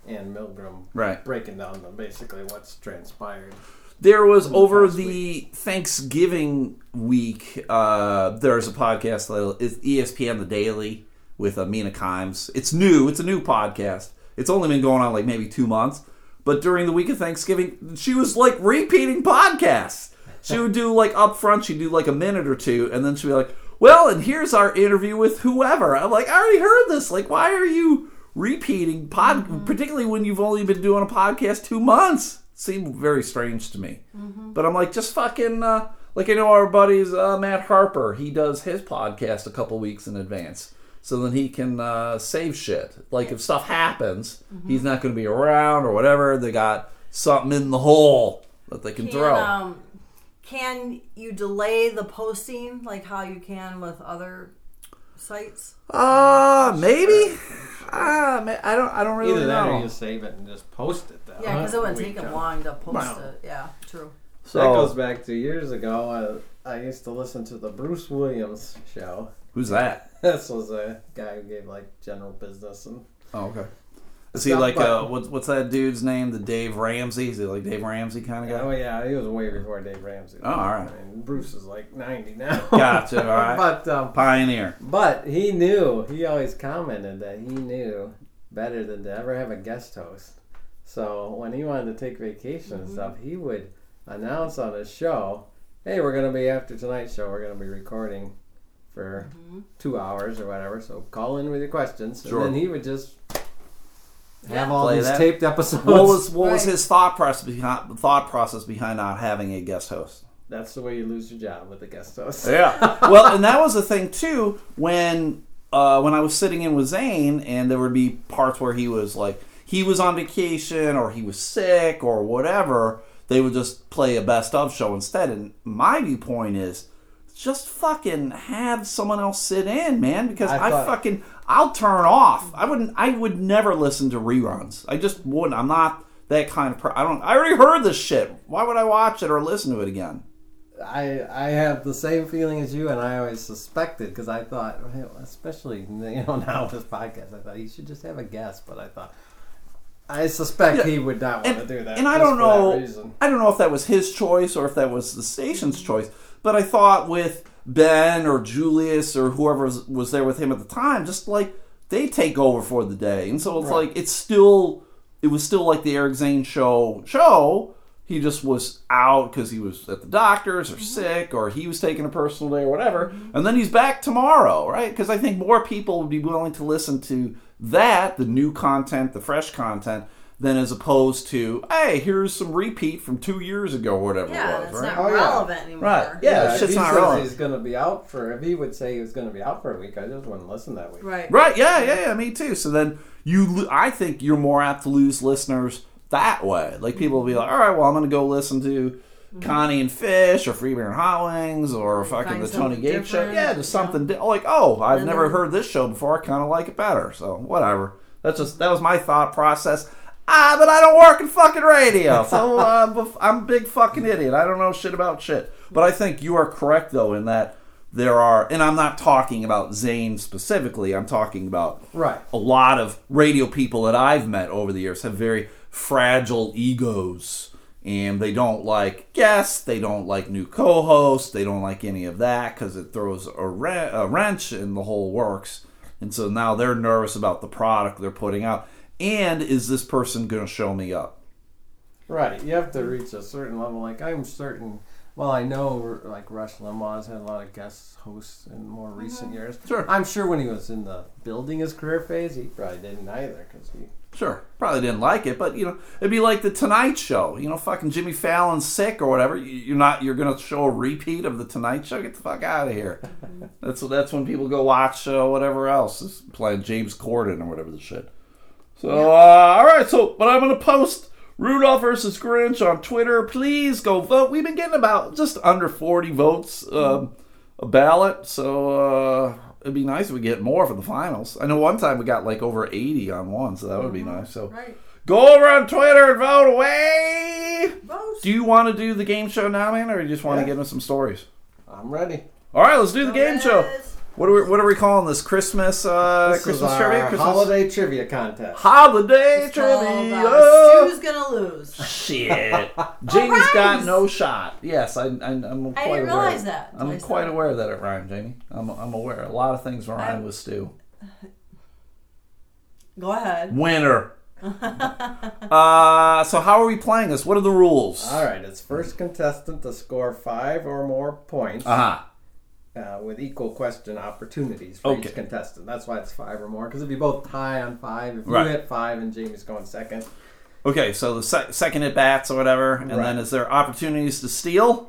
and Milgram Right. breaking down the, basically what's transpired. There was over past the Thanksgiving week. Uh, there's a podcast that is E ESPN The Daily with uh, Mina Kimes. It's new. It's a new podcast. It's only been going on like maybe two months. But during the week of Thanksgiving, she was like repeating podcasts. She would do like up front, she'd do like a minute or two, and then she'd be like, "Well, and here's our interview with whoever." I'm like, "I already heard this. Like, why are you repeating pod? Particularly when you've only been doing a podcast two months." Seemed very strange to me. But I'm like, just fucking. Uh, like I know our buddies uh, Matt Harper. He does his podcast a couple weeks in advance. So then he can uh, save shit. Like if stuff happens, he's not going to be around or whatever. They got something in the hole that they can throw. Can, um, can you delay the posting like how you can with other sites? Uh maybe. Uh, ma- I don't. I don't really Either that or know. you save it and just post it. Though. Yeah, [LAUGHS] because it wouldn't take them Weekend. long to post Wow. it. Yeah, true. That So goes back to years ago. I, I used to listen to the Bruce Williams show. [LAUGHS] who's that? This was a guy who gave like general business and Oh, okay. Is he Stop like uh, button. what's what's that dude's name? The Dave Ramsey? Is he like Dave Ramsey kind of guy? oh yeah, he was way before Dave Ramsey. Oh, all right. I mean, Bruce is like ninety now. Gotcha, all right. [LAUGHS] but um, Pioneer. but he knew. He always commented that he knew better than to ever have a guest host. So when he wanted to take vacation and stuff, he would announce on his show, "Hey, we're gonna be after tonight's show. We're gonna be recording." For two hours or whatever, so call in with your questions, Sure. and then he would just have Yeah. all Play these that. taped episodes. What was what was Right. his thought process behind thought process behind not having a guest host? That's the way you lose your job with the guest [LAUGHS] host. Yeah. well, and that was the thing too when uh, when I was sitting in with Zane, and there would be parts where he was like he was on vacation or he was sick or whatever. They would just play a best of show instead. And my viewpoint is just fucking have someone else sit in, man, because I, I thought- fucking I'll turn off. I wouldn't. I would never listen to reruns. I just wouldn't. I'm not. That kind of per- I don't. I already heard this shit. Why would I watch it or listen to it again? I I have the same feeling as you, and I always suspected because I thought, especially you know [LAUGHS] now with this podcast, I thought you should just have a guest. But I thought I suspect Yeah, he would not want and, to do that. and I just don't for that know. reason. I don't know if that was his choice or if that was the station's choice. But I thought with Ben or Julius or whoever was, was there with him at the time, just like they take over for the day, and so it's Right. like it's still it was still like the Eric Zane show show. He just was out because he was at the doctor's Mm-hmm. or sick or he was taking a personal day or whatever. And then he's back tomorrow, right? Because I think more people would be willing to listen to that, the new content, the fresh content, than as opposed to, hey, here's some repeat from two years ago, or whatever Yeah, it that's was, right? not Oh, yeah. relevant anymore. Right, yeah. that if shit's he not says relevant. He's gonna be out for. If he would say he was gonna be out for a week, I just wouldn't listen that week. Right. Right? Yeah, yeah, yeah. Me too. So then you, lo- I think you're more apt to lose listeners that way. Like people will be like, all right, well, I'm going to go listen to Connie and Fish or Freebeer and Hot Wings or Mm-hmm. fucking Find the Tony something Gates show. different, Yeah, you know? just something di- like, oh, I've Then never they're- heard this show before. I kind of like it better. So whatever. That's just that was my thought process. Ah, but I don't work in fucking radio, so I'm a, I'm a big fucking idiot. I don't know shit about shit. But I think you are correct though in that there are, and I'm not talking about Zane specifically. I'm talking about Right. a lot of radio people that I've met over the years have very fragile egos. And they don't like guests. They don't like new co hosts. They don't like any of that because it throws a, wren- a wrench in the whole works. And so now they're nervous about the product they're putting out. And is this person going to show me up? Right. You have to reach a certain level. Like I'm certain. Well, I know like Rush Limbaugh's had a lot of guest hosts in more recent years. Mm-hmm. Sure. I'm sure when he was in the building his career phase, he probably didn't either because he. Sure, probably didn't like it, but you know, it'd be like the Tonight Show. You know, fucking Jimmy Fallon's sick or whatever. you- You're not. You're gonna show a repeat of the Tonight Show. Get the fuck out of here. that's that's when people go watch uh, whatever else is playing James Corden or whatever the shit. So uh, all right, so but I'm gonna post Rudolph versus Grinch on Twitter. Please go vote. We've been getting about just under 40 votes um, a ballot, so uh, it'd be nice if we get more for the finals. I know one time we got like over 80 on one, so that would be nice. So Mm-hmm. Right. go over on Twitter and vote away. Vote. Do you want to do the game show now, man, or you just want Yeah. to give us some stories? I'm ready. All right, let's do the game show. Yes. What are we, what are we calling this? Christmas uh, This Christmas is our trivia? Christmas holiday trivia contest. holiday It's called, trivia. uh, Sue's gonna lose. Shit. [LAUGHS] Jamie's got rhymes. no shot. Yes, I, I, I'm quite I didn't aware. realize that. I'm until I quite saw aware that it rhymed, Jamie. I'm, I'm aware. A lot of things rhyme I'm- with stew. it. Go ahead. [LAUGHS] Winner. uh, so how are we playing this? What are the rules? All right. It's first contestant to score five or more points. Uh-huh. uh, with equal question opportunities for Okay. each contestant. That's why it's five or more. Because if you both tie on five, if Right. you hit five and Jamie's going second, [LAUGHS] Okay, so the sec- second at bats or whatever, and Right. then is there opportunities to steal?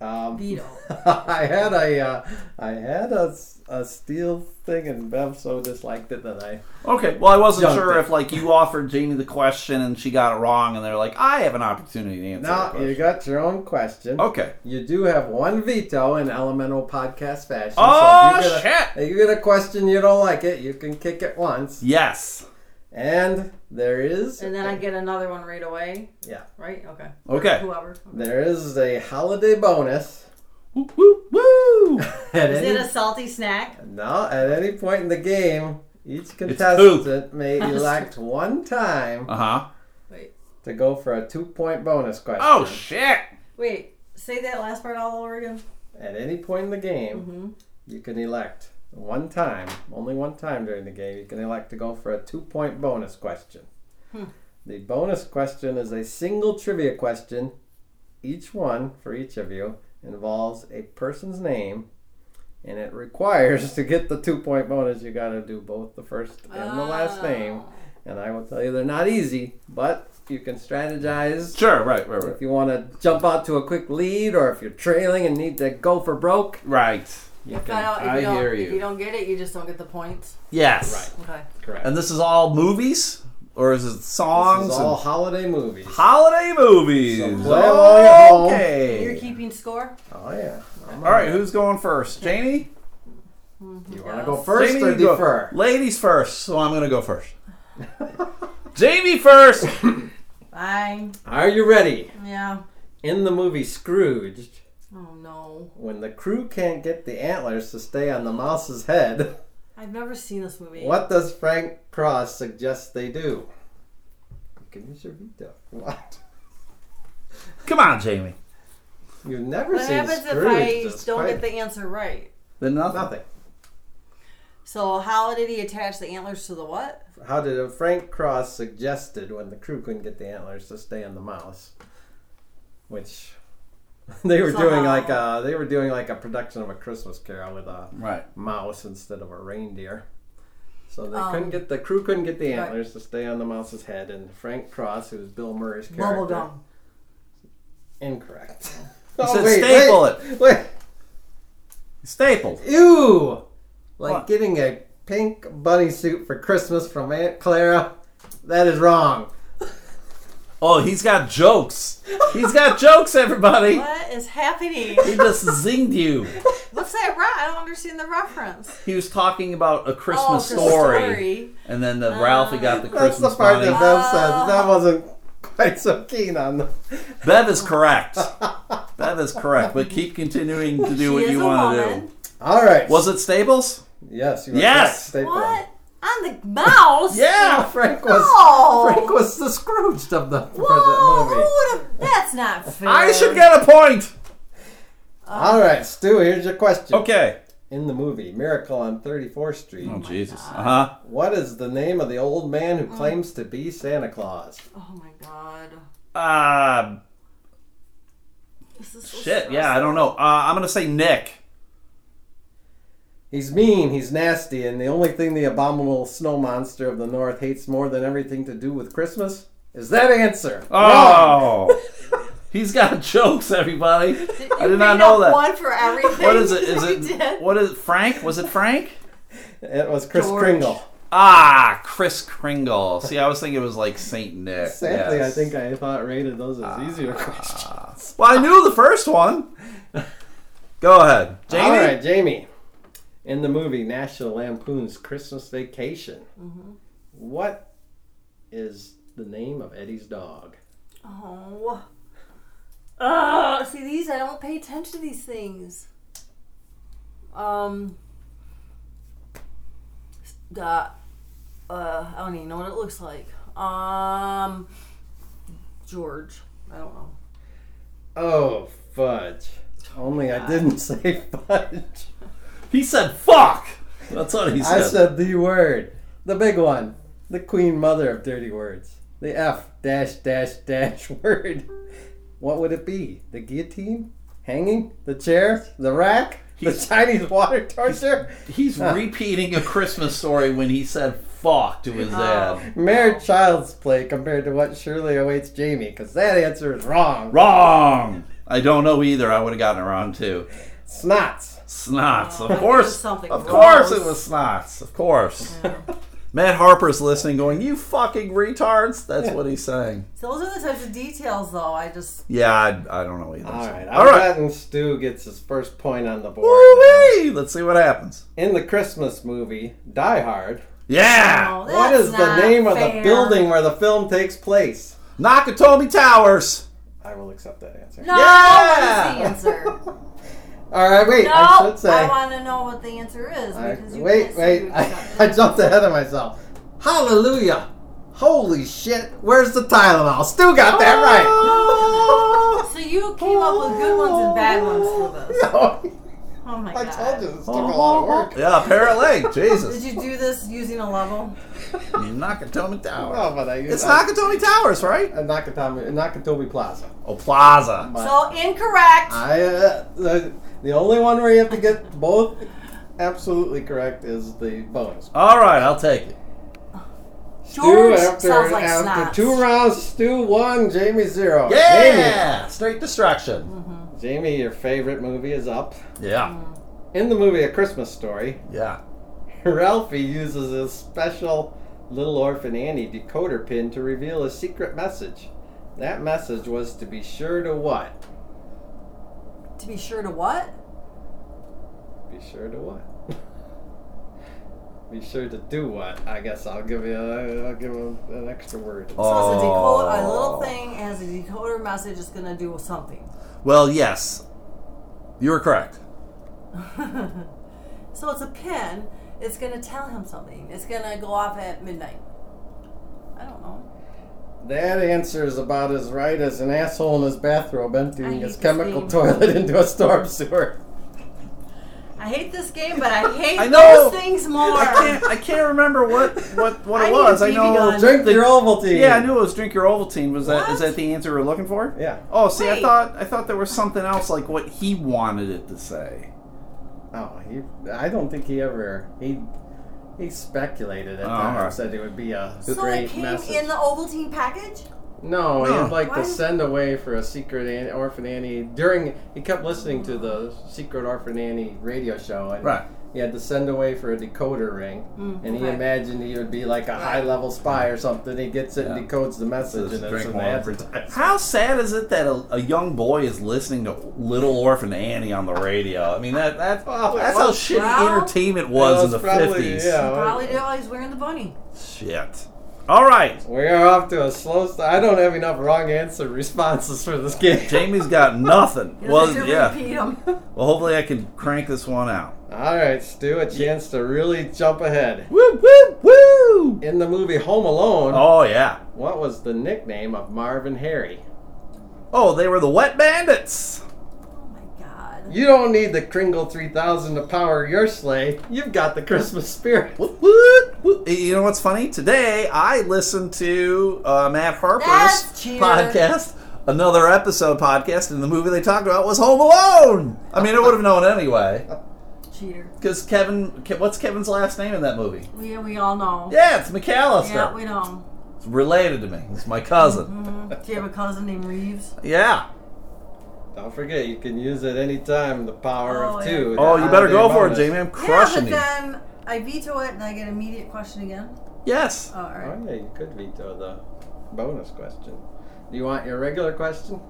um, Veto. I had a uh, I had a, s- a steel thing, and Bev so disliked it that I Okay, well I wasn't Junked sure it. if like you offered Jamie the question and she got it wrong, and they're like, I have an opportunity to answer. no. the You question. got your own question. Okay. You do have one veto in elemental podcast fashion. Oh, so if you get a, shit! If you get a question you don't like it, you can kick it once. Yes. And there is And then I get another one right away. Yeah. Right. Okay. Okay. Whoever. Okay. there is a holiday bonus. Woo woo woo. at [LAUGHS] Is any it a salty snack? No, at any point in the game, each poop. [LAUGHS] contestant may elect one time Uh huh. Wait. to go for a two point bonus question. Oh shit. Wait. Say that last part all over again. At any point in the game, you can elect one time, only one time during the game, you can elect to go for a two point bonus question. The bonus question is a single trivia question. Each one for each of you involves a person's name, and it requires [LAUGHS] to get the two point bonus, you got to do both the first and the Oh. Ah. last name. And I will tell you, they're not easy, but you can strategize. Sure. Right. Right. Right. If you want to jump out to a quick lead, or if you're trailing and need to go for broke, Right. you Find can. out if I you don't, hear If you. you don't get it, you just don't get the points. Yes. Right. Okay. Correct. And this is all movies, or is it songs? this is all and holiday movies. holiday movies. Oh, So play along at home. You're okay. keeping score. Oh yeah. I'm All right. Who's going first? Jamie. You want to go Yes. first Jamie, or you go. defer? Ladies first. So I'm gonna go first. [LAUGHS] Jamie first. Fine. Are you ready? Yeah. In the movie Scrooge, Oh no. when the crew can't get the antlers to stay on the mouse's head, I've never seen this movie. what does Frank Cross suggest they do? You can use your veto. What? Come on, Jamie. You've never What seen happens if Scrooge. I That's don't quite- get the answer right? Then nothing. nothing? So how did he attach the antlers to the what? How did a Frank Cross suggested when the crew couldn't get the antlers to stay on the mouse, which [LAUGHS] they were Somehow. doing like a, they were doing like a production of a Christmas Carol with a Right. mouse instead of a reindeer. So they Um, couldn't get the crew couldn't get the right. antlers to stay on the mouse's head, and Frank Cross, who was Bill Murray's character, Bubblegum. incorrect. [LAUGHS] He said staple it. Wait, Stapled. ew! Like What? getting a pink bunny suit for Christmas from Aunt Clara. That is wrong. Oh, he's got jokes. He's got jokes, everybody. What is happening? [LAUGHS] He just zinged you. What's that? Re- I don't understand the reference. He was talking about a Christmas oh, the story, and then the Ralphie got [LAUGHS] the That's Christmas the part bunny. that Bev Ah. says. That wasn't quite so keen on. The, Bev is correct. Bev is correct. But keep continuing to do She what is you a want to woman. do. all right. Was it Stables? yes. You were Yes! correct, staple. What? On the mouse? Yeah, Frank was. Oh. Frank was the Scrooge of the, for Whoa, the who movie. would have? That's [LAUGHS] not fair. I should get a point. All right, Stu. Here's your question. Okay. In the movie Miracle on 34th Street, Oh Jesus. Uh huh. what is the name of the old man who Mm. claims to be Santa Claus? Oh my god. Uh, This is so shit. Yeah, I don't know. Uh, I'm gonna say Nick. He's mean, he's nasty, and the only thing the abominable snow monster of the north hates more than everything to do with Christmas is that answer. Oh. [LAUGHS] He's got [LAUGHS] jokes, everybody. stressful. I You did not made know up that. One for everything. What is it? Is you it did. what is it, Frank? Was it Frank? It was Chris George. Kringle. Ah, Chris Kringle. See, I was thinking it was like Saint Nick. Sadly, yes. I think I thought rated those as easier questions. Well, I knew the first one. Go ahead, Jamie. All right, Jamie. In the movie National Lampoon's Christmas Vacation, what is the name of Eddie's dog? Oh. Oh, see these? I don't pay attention to these things. Um. Uh, uh, I don't even know what it looks like. Um, George. I don't know. Oh, fudge. Only I didn't say [LAUGHS] fudge. He said "fuck." That's what he I said. said the word. The big one. The queen mother of dirty words. The F dash dash dash [LAUGHS] word. What would it be? The guillotine? Hanging? The chair? The rack? He's- the Chinese [LAUGHS] water torture? He's repeating a Christmas story when he said "fuck" to Oh. his dad. Mere child's play compared to what surely awaits Jamie, because that answer is wrong. Wrong. I don't know either. I would have gotten it wrong too. Snots. Snots, of Oh, course. there's something of gross. course, it was snots. Of course. [LAUGHS] Matt Harper's listening, going, "You fucking retards." That's what he's saying. So those are the types of details, though. I just. Yeah, I, I don't know either. All right, I'm all right. glad Stu gets his first point on the board. now. Woo-wee! Let's see what happens. In the Christmas movie Die Hard, Yeah, No, what that's is the not name of the fair. building where the film takes place? Nakatomi Towers. I will accept that answer. No, Yeah! what is the [LAUGHS] answer? All right, wait. No, I should say. I want to know what the answer is I- because you wait, can't say wait. you [LAUGHS] I, accept I it. jumped ahead of myself. Hallelujah! Holy shit! Where's the Tylenol? Stu got that Oh. right. So you came up with good ones and bad ones for this. no, Oh my I god. told you this took a lot of [LAUGHS] [LAUGHS] work. Yeah, apparently. Did Jesus. you do this using a level? Nakatomi Towers. Oh, No, Oh, but I. It's I, Nakatomi Towers, right? uh, Nakatomi, Nakatomi Plaza. Oh, Plaza. But So incorrect. I uh, the, the only one where you have to get both absolutely correct is the bonus. All right, I'll take it. George Stu after, sounds like after snots. two rounds, Stu one, Jamie zero. Jamie, Yeah, straight destruction. Jamie, your favorite movie is up. Yeah, In the movie A Christmas Story, [LAUGHS] yeah. Ralphie uses his special Little Orphan Annie decoder pin to reveal a secret message. That message was to be sure to what? To be sure to what? Be sure to what? [LAUGHS] be sure to do what? I guess I'll give you a, I'll give him an extra word. Oh. So it's a decoder. A Oh. little thing has a decoder message. It's gonna do something. [LAUGHS] Well, yes, you were correct. So it's a pin. It's gonna tell him something. It's gonna go off at midnight. I don't know. That answer is about as right as an asshole in his bathrobe I emptying hate his this chemical game. toilet [LAUGHS] into a storm sewer. I hate this game, but [LAUGHS] I hate I know. those things more. I can't. I can't remember what what what I it need was. a I BB know. gun. Drink your Ovaltine. Yeah, I knew it was drink your Ovaltine. Was that is What? that the answer we are looking for? Yeah. Oh, see, I Wait. thought I thought there was something else like what he wanted it to say. Oh, he. I don't think he ever. He. He speculated at Oh, times alright. that it would be a So great it came message. in the Ovaltine package? No, No. he'd like Why to is- send away for a secret an- orphan Annie. During he kept listening to the secret orphan Annie radio show, and Right. he had to send away for a decoder ring. Mm, and he okay. imagined he would be like a high level spy or something. He gets it Yeah. and decodes the message, Says and it's drink an more. advertisement. How sad is it that a, a young boy is listening to Little Orphan Annie on the radio? I mean, that, that oh, that's how shitty Wow. entertainment was in That the probably- 50s. Oh, yeah, Probably did while he's wearing the bunny. Shit. All right. We are off to a slow start. I don't have enough wrong answer responses for [LAUGHS] this game. Jamie's got nothing. He well, doesn't have to repeat yeah. 'em. [LAUGHS] Oh Well, hopefully I can crank this one out. All right, Stu, a chance to really jump ahead. Woo, woo, woo! In the movie Home Alone, Oh, yeah. what was the nickname of Marvin Harry? Oh, they were the Wet Bandits. Oh my god. You don't need the Kringle 3000 to power your sleigh. You've got the Christmas spirit. Whoop, whoop, whoop. You know what's funny? Today I listened to uh, Matt Harper's That's cheater. podcast, another episode podcast, and the movie they talked about was Home Alone. I mean, I would have known anyway Cheater. because Kevin. Ke- What's Kevin's last name in that movie? We, we all know. Yeah, it's McAllister. Yeah, we know. it's related to me. It's my cousin. Mhm. Do you have a cousin named Reeves? Yeah. Don't forget, you can use it anytime, the power Oh, of yeah. two. Oh, The you better holiday go for it, bonus. Jamie. I'm crushing yeah, but then I veto it and I get immediate question again. you. Yes. Oh, all right. Oh, yeah, you could veto the bonus question. Do you want your regular question?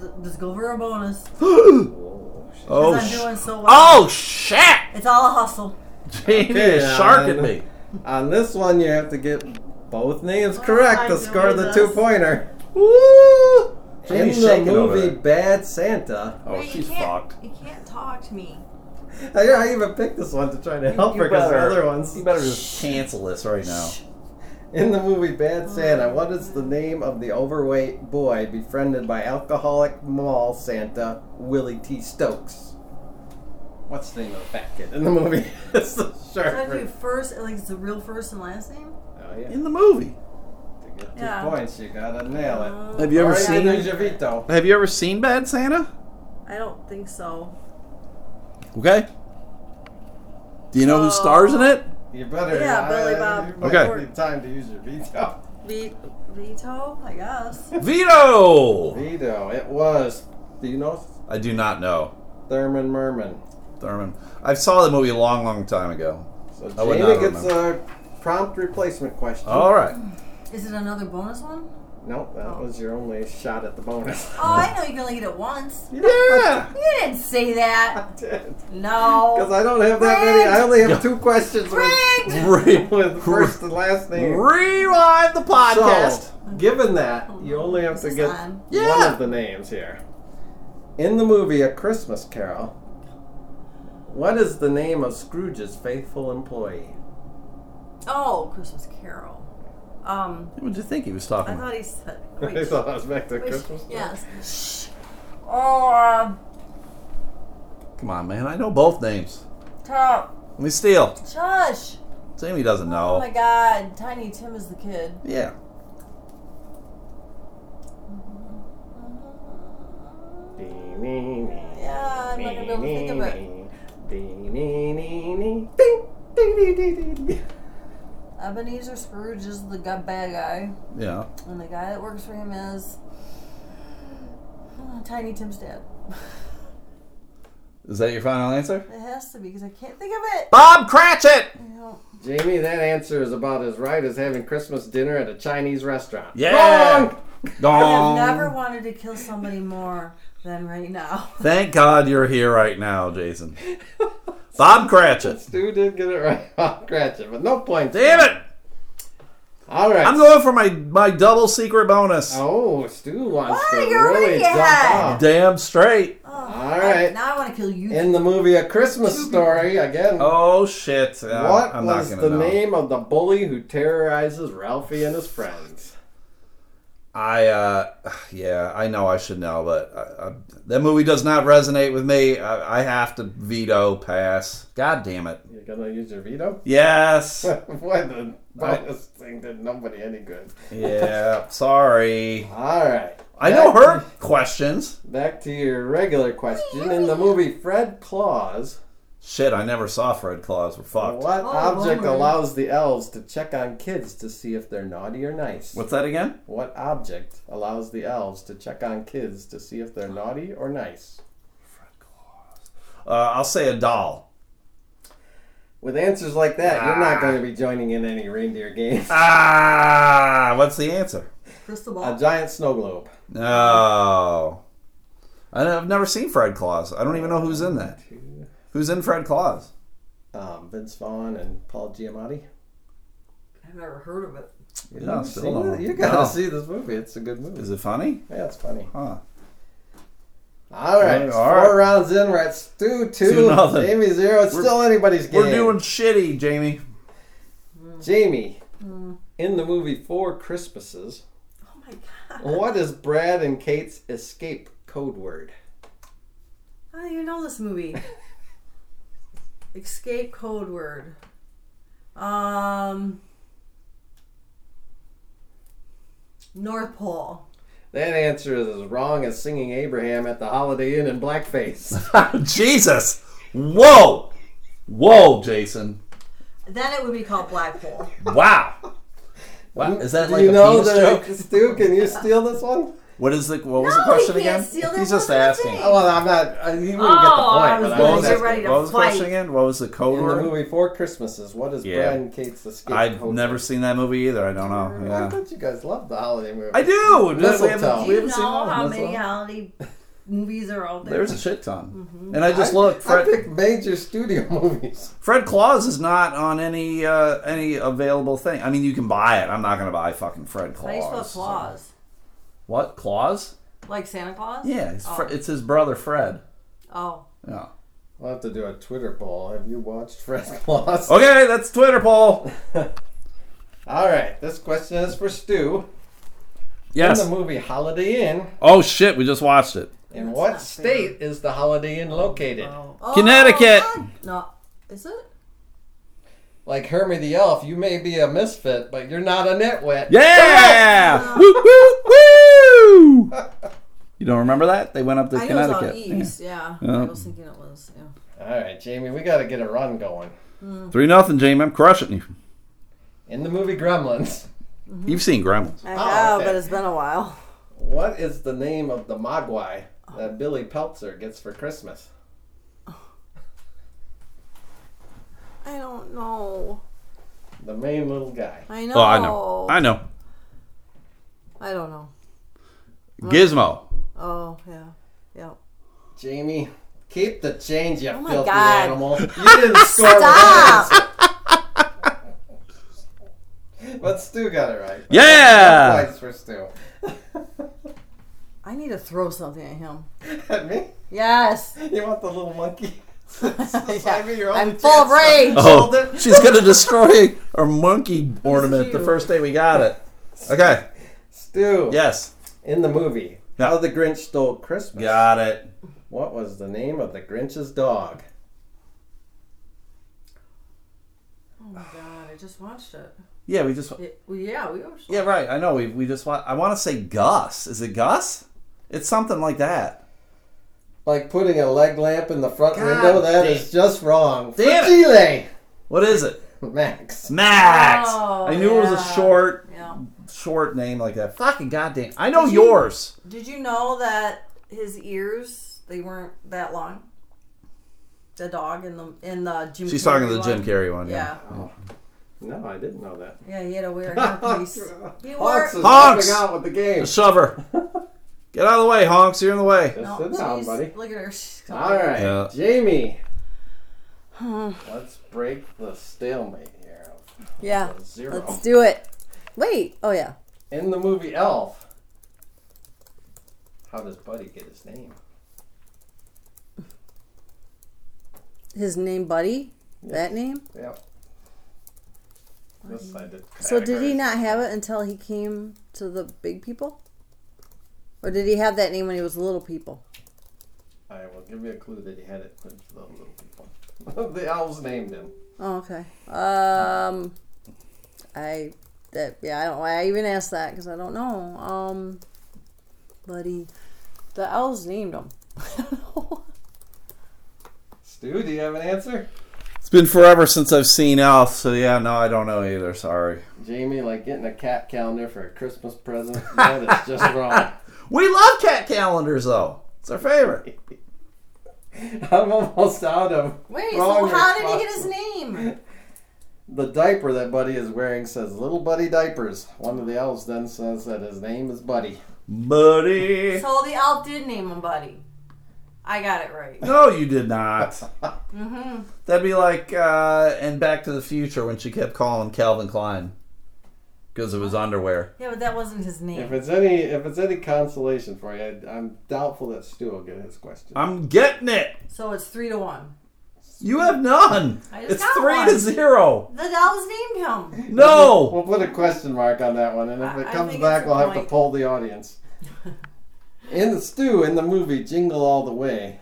Th- Just go for a bonus. 'cause [GASPS] oh. Oh, shit. I'm sh- doing so well. oh shit! It's all a hustle. Jamie Okay, is sharking Alan. me. On this one, you have to get both names Why correct am I to score doing the this? two pointer. Woo! In Jamie's the shaking over movie there. Bad Santa, Oh, Wait, she's you can't, fucked. You can't talk to me. I, I even picked this one to try to help You her because the better- other ones. You better just cancel this right now. In the movie Bad Santa, what is the name of the overweight boy befriended by alcoholic mall Santa Willie T. Stokes? What's the name of that kid in the movie? [LAUGHS] it's the So I do shark. first, like it's the real first and last name. Oh, yeah. In the movie. To get two Yeah. points, you gotta nail it. Uh, Have you ever Alright, I seen lose your veto. Have you ever seen Bad Santa? I don't think so. Okay. Do you know who Oh. stars in it? You better. Yeah, Billy I- Bob you might Okay. need time to use your veto. Ve- veto, I [LAUGHS] guess. Vito. Veto. It was. Do you know I do not know Thurman Merman? Thurman. I saw the movie a long, long time ago. So I would Jamie not gets a prompt replacement question. All right. Is it another bonus [LAUGHS] one? Nope, that was your only shot at [LAUGHS] the bonus. [LAUGHS] Oh, I know you can only get it once. Yeah. You didn't say that. Because No. I don't have that many. I only have Rigged. two questions with, Rigged. Re- with first and last name. rewind the podcast. So, given that, you [LAUGHS] only have to This is get on. one Yeah. of the names here. In the movie A Christmas Carol, what is the name of Scrooge's faithful [LAUGHS] employee? Oh, Christmas Carol. Um, what did you think he was talking I about? thought he [LAUGHS] said. Hmm. I Wait, thought I was back to wait, Christmas. Carol. yes. Shh. Oh, um, Come on, man. I know both names. top. Let me steal. Shush. Jamie doesn't Oh know. my God. Tiny Tim is the kid. yeah. Yeah, I'm not gonna be able to think of it. Ebenezer Scrooge is the gu- bad guy, Yeah. and the guy that works for him is [SIGHS] uh, Tiny Tim's dad. Is that your final answer? It has to be because I can't think of it. Bob Cratchit. I don't- Jamie, that answer is about as right as having Christmas dinner at a Chinese restaurant. Yeah. Wrong! Dong. I've never wanted to kill somebody more than right [LAUGHS] now. Thank God you're here right now, Jason. Bob Cratchit. Stu did get it right. [LAUGHS] Bob Cratchit, but no points. Damn it! All right. I'm going for my my double secret bonus. Oh, Stu wants Why you to really already jump had? out. Damn straight. Oh, All I- [LAUGHS] right. now I want to kill you. In the movie A Christmas Story, again, Oh shit! Uh, what I'm was not the gonna know. name of the bully who terrorizes Ralphie and his friends? I uh, yeah, I know I should know, but uh, uh, that movie does not resonate with me. I, I have to veto pass. God damn it! You're gonna use your veto? [LAUGHS] Yes. Boy, the bonus thing did nobody any good. yeah. Sorry. All right. I know her questions. Back to your regular question. In the movie Fred Claus, Shit, I never saw Fred Claus. We're fucked. What Oh, object Homer. allows the elves to check on kids to see if they're naughty or nice? What's that again? What object allows the elves to check on kids to see if they're naughty or nice? Uh, I'll say a doll. With answers like that, you're not going to be joining in any reindeer games. Ah, what's the answer? Crystal uh, ball. A giant snow globe. No. Oh. I don't- I've never seen Fred Claus. I don't even know who's in that. Who's in Fred Claus? Um, Vince Vaughn and Paul Giamatti. I've never heard of it. You Yeah, haven't still seen don't know. it? You gotta No. see this movie. It's a good movie. Is it funny? Yeah, it's funny. Huh. All right, All right, all right. four rounds in. We're at Stu two, Two nothing. Jamie zero. It's We're- still anybody's game. We're doing shitty, Jamie. [LAUGHS] Jamie in the movie Four Christmases. Oh my god. What is Brad and Kate's escape code word? I don't even know this [LAUGHS] movie. Escape code word. Um. North Pole. That answer is as wrong as singing Abraham at the Holiday Inn in blackface. Jesus. Whoa. Whoa, Jason. Then it would be called Black [LAUGHS] Pole. Wow. Wow. Is that Do like you a know penis that, joke? [LAUGHS] Stu? Can you steal this one? What is the what was No, the question he can't again? steal that He's just one other asking. thing. Oh, well, I'm not. I, you wouldn't Oh, I get the point. was But What was, I was They're that, asking. ready to what was the question fight. again? What was the code In the word? movie Four Christmases, what is Yeah. Brad and Kate's escape code I've word? never seen that movie either. I don't know. I Yeah. thought you guys loved the holiday movie. I do. but We haven't, Mistletoe. Do Oh, we you haven't know seen that one. how that's many all. [LAUGHS] holiday movies are out there? There's a shit ton. Mm-hmm. And I just I- looked. I Fred, picked major studio [LAUGHS] movies. Fred Claus is not on any uh, any available thing. I mean, you can buy it. I'm not going to buy fucking Fred How do you spell Claus. Claus? What Claus? Like Santa Claus? Yeah, it's, Fre- Oh. it's his brother Fred. Oh. Yeah. We'll have to do a Twitter poll. Have you watched Fred [LAUGHS] Claus? Okay, that's Twitter poll. All right, this question is for Stu. Yes. In the movie Holiday Inn, Oh shit, we just watched it. in That's what not state is the Holiday Inn located? Oh, Connecticut. God. No. Is it? Like Hermie the Elf, you may be a misfit, but you're not a nitwit. Yeah. woo woo woo. [LAUGHS] You don't remember that? They went up to I knew it was Connecticut. out east, yeah. I was thinking it was, yeah. All right, Jamie, we got to get a run going. Three nothing, Jamie. I'm crushing you. In the movie Gremlins, You've seen Gremlins. Mm-hmm. I Oh, okay. been a while. what is the name of the Mogwai Oh. that Billy Peltzer gets for Christmas? I don't know. The main little guy. I know. Oh, I know. I know. I don't know. Gizmo. Oh, yeah. Yeah. Jamie, keep the change, you Oh my filthy God. animal. [LAUGHS] You didn't score with that answer. But Stu got it right. Yeah. Points for Stu. [LAUGHS] I need to throw something at him. At me? Yes. You want the [LAUGHS] little monkey? [LAUGHS] Yeah. Maybe your only I'm full of chance. rage. Oh, she's gonna destroy our monkey ornament the first day we got it. Okay. Stu, Yes. in the movie, Yeah. How the Grinch Stole Christmas. Oh, Got it. What was the name of the Grinch's dog? Oh my god, I just watched it. Yeah, we just. it well, yeah, we watched it. Yeah, right. I know. We we just. Wa- I want to say Gus. Is it Gus? It's something like that. Like putting a leg lamp in the front God window? That damn. is just wrong. Damn Fragile. What is it? Max. Max. Oh, I knew it was a yeah. short, Yeah. short name like that. Fucking goddamn! I know Did you- yours. Did you know that his ears they weren't that long? The dog in the in the Jim. She's Carrey talking to the one. Jim Carrey one. Yeah. Yeah. Oh. No, I didn't know that. yeah, he had to wear a [LAUGHS] hairpiece. he wore. Hawks is Hawks. coming out with the game. Shove [LAUGHS] her. Get out of the way, honks. You're in the way. Just No, sit down, she's- buddy. Look at her. She's All right, Yeah. Jamie. Let's break the stalemate here. Yeah. Zero. do it. Wait. Oh yeah. In the movie Elf, how does Buddy get his name? His name, Buddy. That name. Yep. This I did So did he categorize. not have it until he came to the big people? Or did he have that name when he was little people? I will give you a clue that he had it with the little people. [LAUGHS] the elves named him. Oh, okay. Um, I that yeah, I don't. Why I even asked that because I don't know. Um, [LAUGHS] buddy, the elves named him. I don't know. Stu, do you have an answer? It's been forever since I've seen Elf, so yeah, no, I don't know either. Sorry. Jamie, like getting a cat calendar for a Christmas present? That is [LAUGHS] just wrong. We love cat calendars, though. It's our favorite. I'm almost out of Wait, Wrong so how did he get his response. name? the diaper that Buddy is wearing says Little Buddy Diapers. One of the elves then says that his name is Buddy. Buddy. So the elf did name him Buddy. I got it right. No, you did not. Mm-hmm. That'd be like uh, in Back to the Future when she kept calling Calvin Klein because of his underwear. Yeah, but that wasn't his name. If it's any if it's any consolation for you, I, I'm doubtful that Stu will get his question. I'm getting it. So it's three to one. You have none. I just It's got three one. to zero. The elves named him. No. [LAUGHS] We'll put a question mark on that one, and if I- it I comes think back, it's a we'll have to point. poll [LAUGHS] the audience. in the stew, in the movie Jingle All the Way,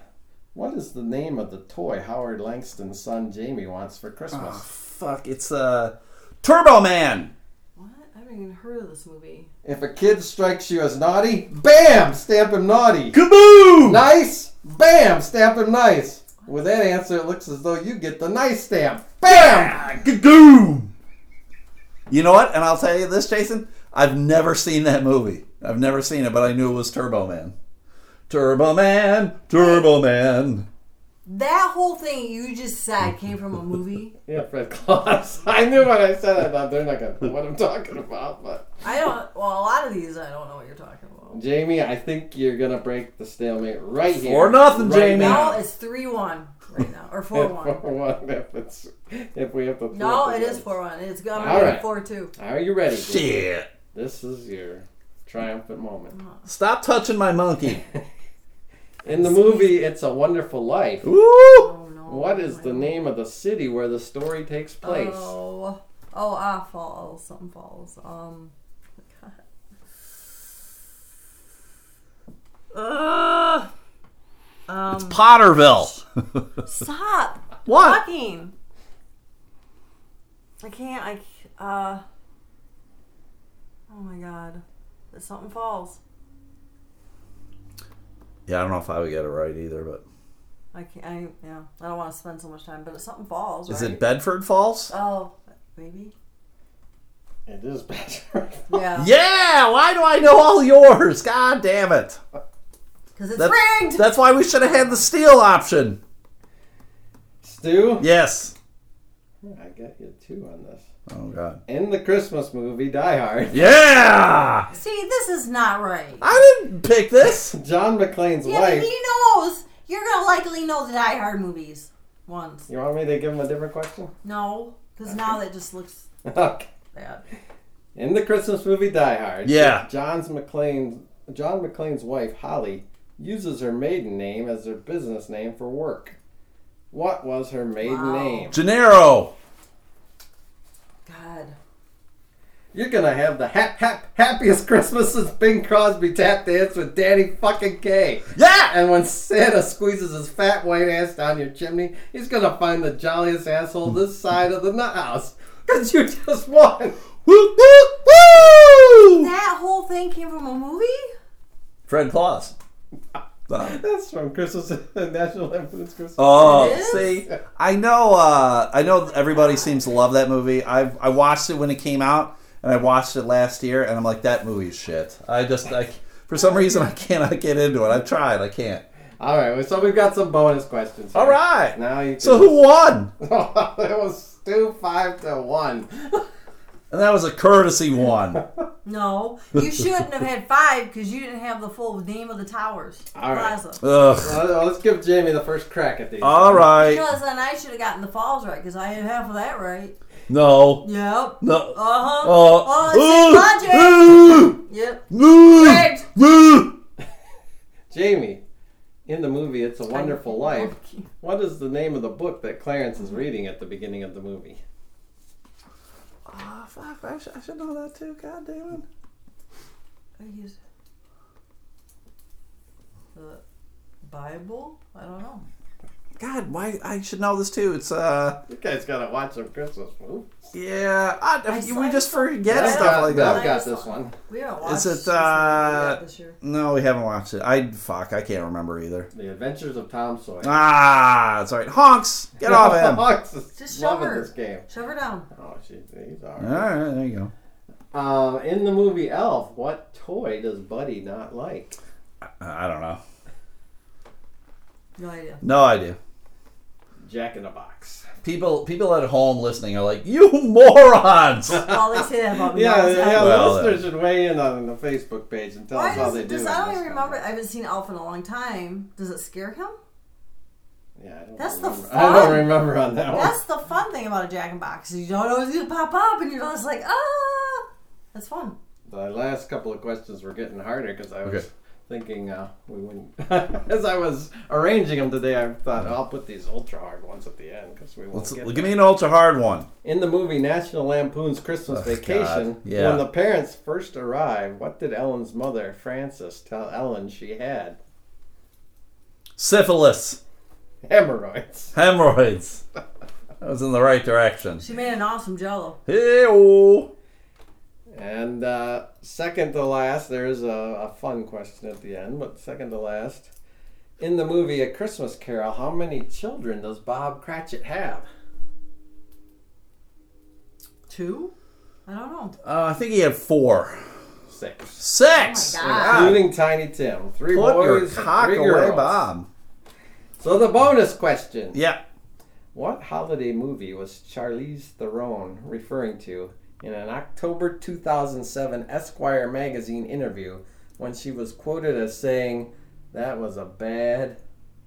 what is the name of the toy Howard Langston's son Jamie wants for Christmas? Ah. Fuck, it's uh, Turbo Man. What? I haven't even heard of this movie. If a kid strikes you as naughty, bam, stamp him naughty. Kaboom! Nice, bam, stamp him nice. With that answer, it looks as though you get the nice stamp. Bam! Kagoom! You know what? And I'll tell you this, Jason. I've never seen that movie. I've never seen it, but I knew it was Turbo Man. Turbo Man, Turbo Man. That whole thing you just said came from a movie. Yeah, Fred Claus. [LAUGHS] I knew when I said it. I thought they're not gonna know what I'm talking about, but. I don't. Well, a lot of these I don't know what you're talking about. Jamie, I think you're gonna break the stalemate right here. Four nothing, Right Jamie. No, now. [LAUGHS] it's three one right now, or Four four [LAUGHS] one. one. If it's if we have to. No, it is four one. It's gonna All be right. four two. Are you ready? Jamie? Shit. This is your triumphant Uh-huh. moment. Stop touching my [LAUGHS] monkey. In the movie "It's a Wonderful Life," Woo! Oh no. what is the name of the city where the story takes place? Oh, oh, ah, falls, some falls. Um. Uh, um, [LAUGHS] Potterville. stop what? talking. I can't. I. c- Uh. Oh my god. There's something falls. Yeah, I don't know if I would get it right either, but I can't. I, yeah. I don't want to spend so much time, but it's something falls. is right? it Bedford Falls? Oh, maybe. It is Bedford. Yeah. Yeah! Why do I know all yours? God damn it! Because it's That's, rigged. that's why we should have had the steal option. Stu, Yes. I got you two on this. Oh god. In the Christmas movie Die Hard, [LAUGHS] Yeah! See, this is not right. I didn't pick this. John McClane's Yeah, wife. but he knows. You're gonna likely know the Die Hard movies once. You want me to give him a different question? [LAUGHS] No, because now that just looks Okay. bad. In the Christmas movie Die Hard, Yeah. John's McClane, John McClane's wife Holly uses her maiden name as her business name for work. What was her maiden Wow. name? Gennaro. God. You're gonna have the hap hap happiest Christmas since Bing Crosby tap dance with Danny fucking K. Yeah! And when Santa squeezes his fat white ass down your chimney, he's gonna find the jolliest asshole this side of the nut house. [LAUGHS] Cause you just won. Woo, woo, woo! That whole thing came from a movie? Fred Claus. Uh, That's from Christmas [LAUGHS] National Lampoon's Christmas. Oh, It is? see, I know, uh, I know. Everybody seems to love that movie. I I watched it when it came out, and I watched it last year, and I'm like, that movie's shit. I just, I, for some reason, I cannot get into it. I've tried, I can't. All right, well, so we've got some bonus questions. here. All right. Now you. Can... [LAUGHS] So who won? it was two five to one. And that was a courtesy one. No. You shouldn't have had five because you didn't have the full name of the towers. All right. Plaza. Ugh. Well, let's give Jamie the first crack at these. All right. Because then I should have gotten the falls right because I had half of that right. No. Yep. Uh No. Uh, huh. oh, it's in logic. Ooh. Yep. Ooh. Rigged. Ooh. Jamie, in the movie "It's a Wonderful Life," what is the name of the book that Clarence is reading at the beginning of the movie? Ah, fuck. I should, I should know that too. God damn it. I use the Bible? I don't know. God, why I should know this too. It's uh, You guys gotta watch some Christmas movies. yeah, I, I we saw just something. forget Yeah. stuff like Bev that. got this one. We haven't watched Is this it, uh, movie yet this year. No, we haven't watched it. I fuck, I can't remember either. The Adventures of Tom Sawyer. Ah, that's right. Honks, get off him. [LAUGHS] [LAUGHS] All Hawks is Just shove loving her. this game. Shove her down. Oh, she, he's alright. right, there you go. Um, in the movie Elf, what toy does Buddy not like? Uh, I I don't know. No idea. No idea. Jack in the Box. People, people at home listening are like, "You [LAUGHS] morons!" Well, they say that about me. [LAUGHS] Yeah, all the yeah. time. the Well, uh, listeners should weigh in on the Facebook page and tell Why us how does they it? do. Does, in I don't this even remember. comment. I haven't seen Elf in a long time. Does it scare him? Yeah, I don't That's the remember. I don't fun. remember on that one. That's the fun thing about a Jack and Box. is You don't know it's gonna pop up, and you're just like, ah, that's fun. The last couple of questions were getting harder because I was Okay. thinking uh, we wouldn't. [LAUGHS] As I was arranging them today, I thought I'll put these ultra hard ones at the end because we won't Let's, get give me an ultra hard one. In the movie National Lampoon's Christmas Ugh, Vacation, God. Yeah. when the parents first arrive, what did Ellen's mother, Frances, tell Ellen she had? Syphilis, Hemorrhoids. [LAUGHS] hemorrhoids. I was in the right direction. She made an awesome Jello. Hey, oh. And uh, second to last, there's a, a fun question at the end, but second to last, in the movie A Christmas Carol, how many children does Bob Cratchit have? Two? I don't know. Uh, I think he had four, Six. six. Oh my God. Including Tiny Tim. Three Put your boys, cock three away, girls. Bob. So the bonus question. Yeah. What holiday movie was Charlize Theron referring to in an October 2007 Esquire magazine interview when she was quoted as saying, That was a bad,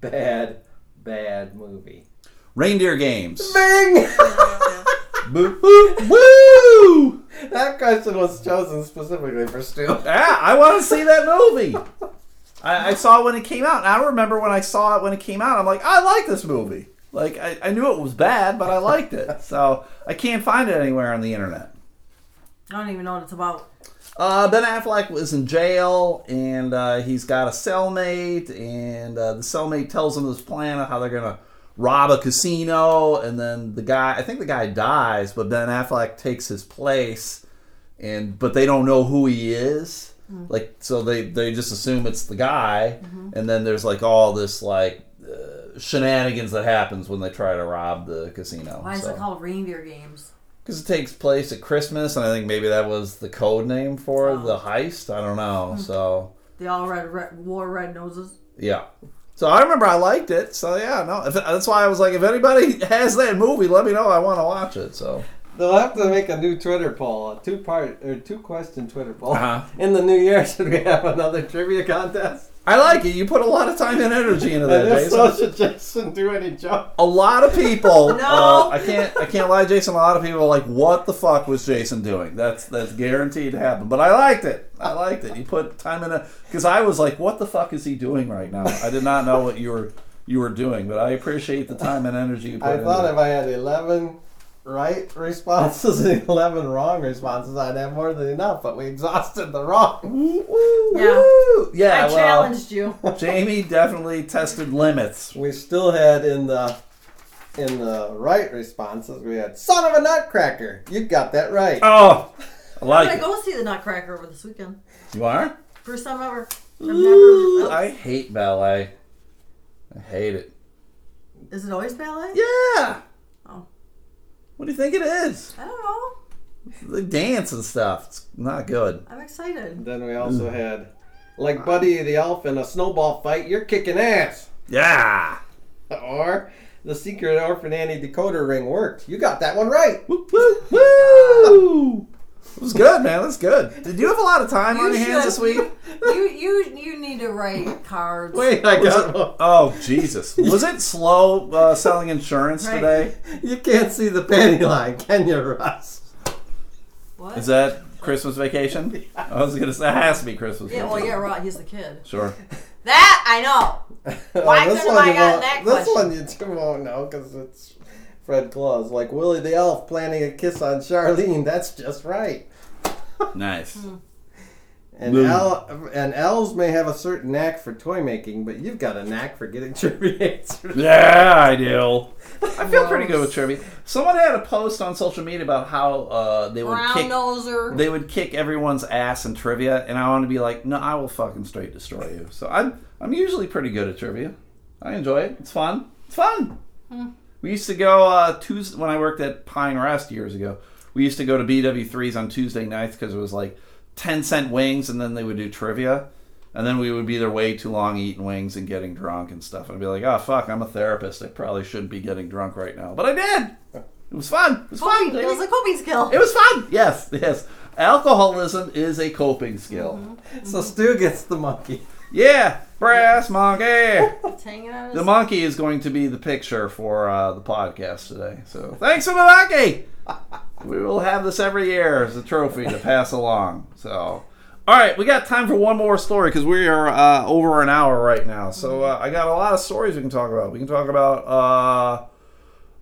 bad, bad movie? Reindeer games. Bing! [LAUGHS] Boo, boo, woo! that question was chosen specifically for Stu. Yeah, I want to see that movie. I, I saw it when it came out, and I remember when I saw it when it came out. I'm like, I like this movie. Like, I, I knew it was bad, but I liked it. So I can't find it anywhere on the internet. I don't even know what it's about. Uh, ben Affleck was in jail, and uh, he's got a cellmate, and uh, the cellmate tells him this plan of how they're gonna rob a casino, and then the guy, I think the guy dies, but Ben Affleck takes his place, and but they don't know who he is, Mm-hmm. like so they they just assume it's the guy, and then there's like all this like uh, shenanigans that happens when they try to rob the casino. Why is so. it called reindeer games? Because it takes place at Christmas, and I think maybe that was the code name for Oh. the heist. I don't know. So, They all red, red, wore red noses. yeah. So I remember I liked it. So, yeah, no. If, that's why I was like, if anybody [LAUGHS] has that movie, let me know. I want to watch it. So, They'll have to make a new Twitter poll, a two part or two question Twitter poll. Uh-huh. In the new year, [LAUGHS] should we have another trivia contest? I like it. You put a lot of time and energy into that, [LAUGHS] And if Jason. so, should Jason do any jokes? A lot of [LAUGHS] people. No. uh, I can't. I can't lie, Jason. A lot of people are like, "What the fuck was Jason doing?" That's that's guaranteed to happen. But I liked it. I liked it. You put time in a because I was like, "What the fuck is he doing right now?" I did not know what you were you were doing, but I appreciate the time and energy you put. I into thought it. if I had 11 right responses and [LAUGHS] 11 wrong responses, I'd have more than enough, but we exhausted the wrong. Woo, woo, Yeah. woo. yeah. I well, challenged [LAUGHS] you. Jamie definitely tested limits. We still had in the in the right responses, we had son of a nutcracker. You got that right. [LAUGHS] I'm gonna Oh, I like it. go see the Nutcracker over this weekend. You are. First time ever. I've never. I hate ballet. I hate it. Is it always ballet? Yeah. Oh. What do you think it is? I don't know. The dance and stuff. It's not good. I'm excited. Then we also had like Buddy the Elf in a snowball fight, you're kicking ass. [LAUGHS] Yeah. Or the secret orphan Annie decoder ring worked. You got that one right. Woo, woo, woo. It was good, man. That's good. Did you have a lot of time on You your hands should. this week? [LAUGHS] You you you need to write cards. [LAUGHS] Wait, I Was got it- oh, Jesus. Was it slow uh, selling insurance Right. today? You can't see the panty line, can you, Russ? What? Is that Christmas vacation? I was going to say, it has to be Christmas yeah. vacation. Well, yeah. Right. He's the kid. Sure. That I know. Why couldn't I gotten that Oh, this question? one you two won't know because it's Fred Claus. Like Willie the Hmm. Elf planning a kiss on Charlene. That's just right. Nice. And Al and elves may have a certain knack for toy making, but you've got a knack for getting [LAUGHS] trivia answers. Yeah, I do. I feel pretty good with trivia. Someone had a post on social media about how uh, they would Brown kick noser. they would kick everyone's ass in trivia, and I want to be like, no, I will fucking straight destroy you. So I'm I'm usually pretty good at trivia. I enjoy it. It's fun. It's fun. We used to go uh, Tuesday when I worked at Pine Rest years ago. We used to go to BW3s on Tuesday nights because it was like ten cent wings, and then they would do trivia. And then we would be there way too long eating wings and getting drunk and stuff. And I'd be like, oh, fuck, I'm a therapist. I probably shouldn't be getting drunk right now. But I did. It was fun. It was fun. Coping. It baby. was a coping skill. It was fun. Yes, yes. Alcoholism is a coping skill. So Stu gets the monkey. Yeah, brass monkey. It's hanging out. the monkey is going to be the picture for uh, the podcast today. So thanks for the monkey. We will have this every year as a trophy to pass along. So, all right, we got time for one more story because we are uh, over an hour right now. So uh, I got a lot of stories we can talk about. We can talk about. Uh,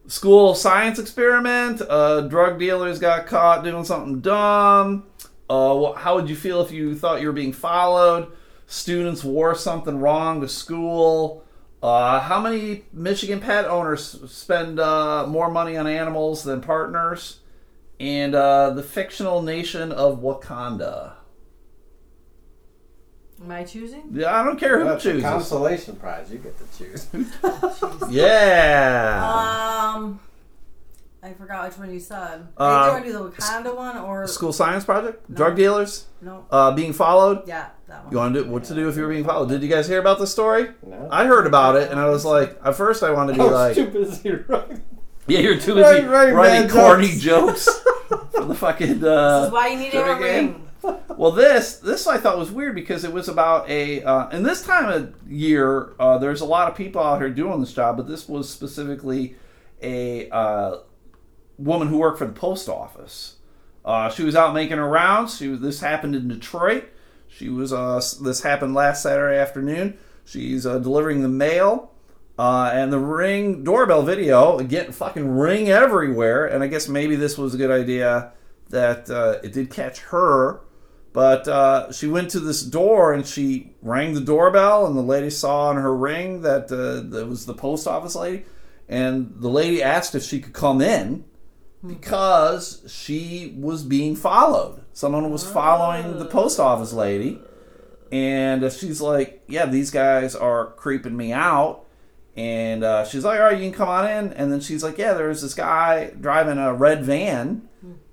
school science experiment. Uh, drug dealers got caught doing something dumb. Uh, wh- how would you feel if you thought you were being followed? Students wore something wrong to school. Uh, how many Michigan pet owners spend uh, more money on animals than partners? And uh, the fictional nation of Wakanda. Am I choosing? Yeah, I don't care [LAUGHS] who That's a chooses. consolation prize. You get [LAUGHS] to choose. [LAUGHS] Yeah. Um, I forgot which one you said. I think I Uh, want to do the Wakanda one or school science project? Drug dealers? no? Uh, being followed? Yeah, that one. You want to do what to do if you were being followed? Did you guys hear about the story? No. I heard about it, and I was like, at first I wanted to Oh, be I was like, too busy writing. yeah, you're too busy Right, right, writing bad corny jokes for the fucking. This Uh, is why you need Jimmy a ring. well, this this I thought was weird because it was about a, uh, and this time of year, uh, there's a lot of people out here doing this job, but this was specifically a uh, woman who worked for the post office. Uh, she was out making her rounds. She was, this happened in Detroit. She was uh, s- this happened last Saturday afternoon. She's uh, delivering the mail, uh, and the ring doorbell video again, fucking ring everywhere. And I guess maybe this was a good idea that uh, it did catch her. But uh, she went to this door and she rang the doorbell, and the lady saw on her ring that uh, that was the post office lady, and the lady asked if she could come in because she was being followed. Someone was following the post office lady, and uh, she's like, "Yeah, these guys are creeping me out." And uh, she's like, "All right, you can come on in." And then she's like, "Yeah, there's this guy driving a red van."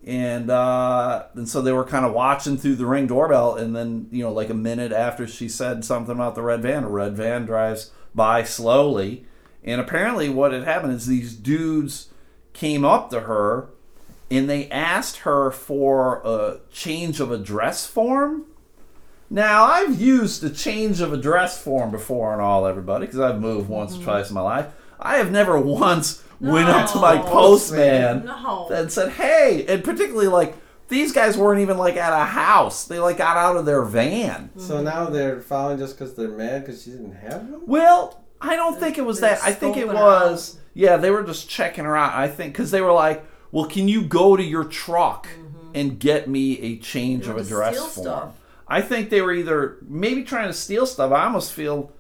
And uh, and so they were kind of watching through the ring doorbell, and then you know, like a minute after she said something about the red van, a red van drives by slowly, and apparently what had happened is these dudes came up to her and they asked her for a change of address form. Now, I've used the change of address form before and all, everybody, because I've moved Mm-hmm. once or twice in my life. I have never once went up to my No. postman No. and said, hey, and particularly like, these guys weren't even like at a house. They like got out of their van. So now they're following just because they're mad because she didn't have them. Well, I don't think it was They're that. I think it scoping her was. Yeah, they were just checking her out. I think because they were like, "Well, can you go to your truck and get me a change of want Mm-hmm. to address steal form?" stuff. I think they were either maybe trying to steal stuff. I almost feel.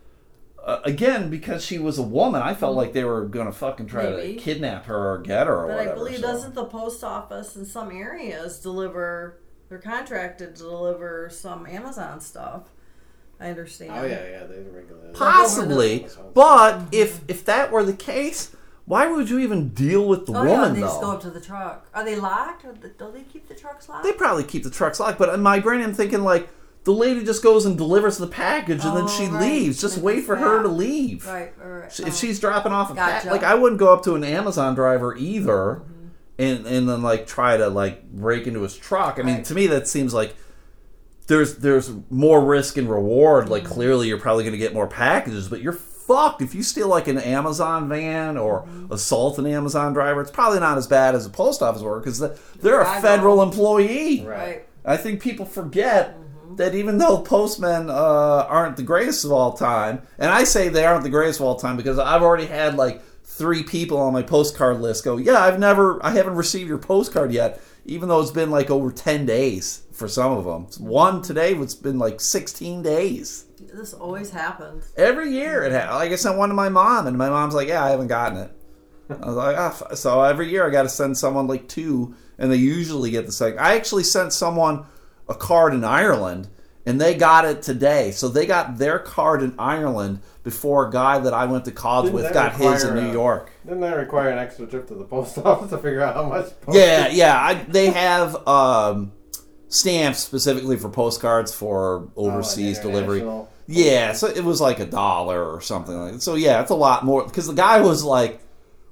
Uh, again, because she was a woman, I felt like they were gonna fucking try Maybe. to kidnap her or get her or But whatever. I believe so. doesn't the post office in some areas deliver? They're contracted to deliver some Amazon stuff. I understand. Oh yeah, yeah, they're regular. possibly, but if if that were the case, why would you even deal with the Oh yeah, woman they though? just go up to the truck. Are they locked? Or th- do they keep the trucks locked? they probably keep the trucks locked. But in my brain, I'm thinking like the lady just goes and delivers the package, and then Oh, she right. leaves. Just Like wait this for her guy. to leave. right, right, right. If Oh. she's dropping off a pack, Gotcha. Mm-hmm. like I wouldn't go up to an Amazon driver either, and and then like try to like break into his truck. I mean, Right. to me that seems like there's there's more risk and reward. Like Mm-hmm. clearly you're probably going to get more packages, but you're fucked if you steal like an Amazon van or Mm-hmm. assault an Amazon driver. It's probably not as bad as a post office worker because they're a Driver. federal employee. right. I think people forget that even though postmen uh, aren't the greatest of all time, and I say they aren't the greatest of all time because I've already had like three people on my postcard list go, "Yeah, I've never, I haven't received your postcard yet," even though it's been like over 10 days for some of them. One today was been like 16 days. This always happens. Every year it ha Like I sent one to my mom, and my mom's like, "Yeah, I haven't gotten it." I was like, ah. f-" So every year I got to send someone like two, and they usually get the second. I actually sent someone a card in Ireland, and they got it today. So they got their card in Ireland before a guy that I went to college Didn't with that got his in require New a- York. Didn't that require an extra trip to the post [LAUGHS] office to figure out how much? Post Yeah, yeah. I, they have um, stamps specifically for postcards for overseas delivery. international. Yeah, so it was like a dollar or something like that. So yeah, it's a lot more because the guy was like,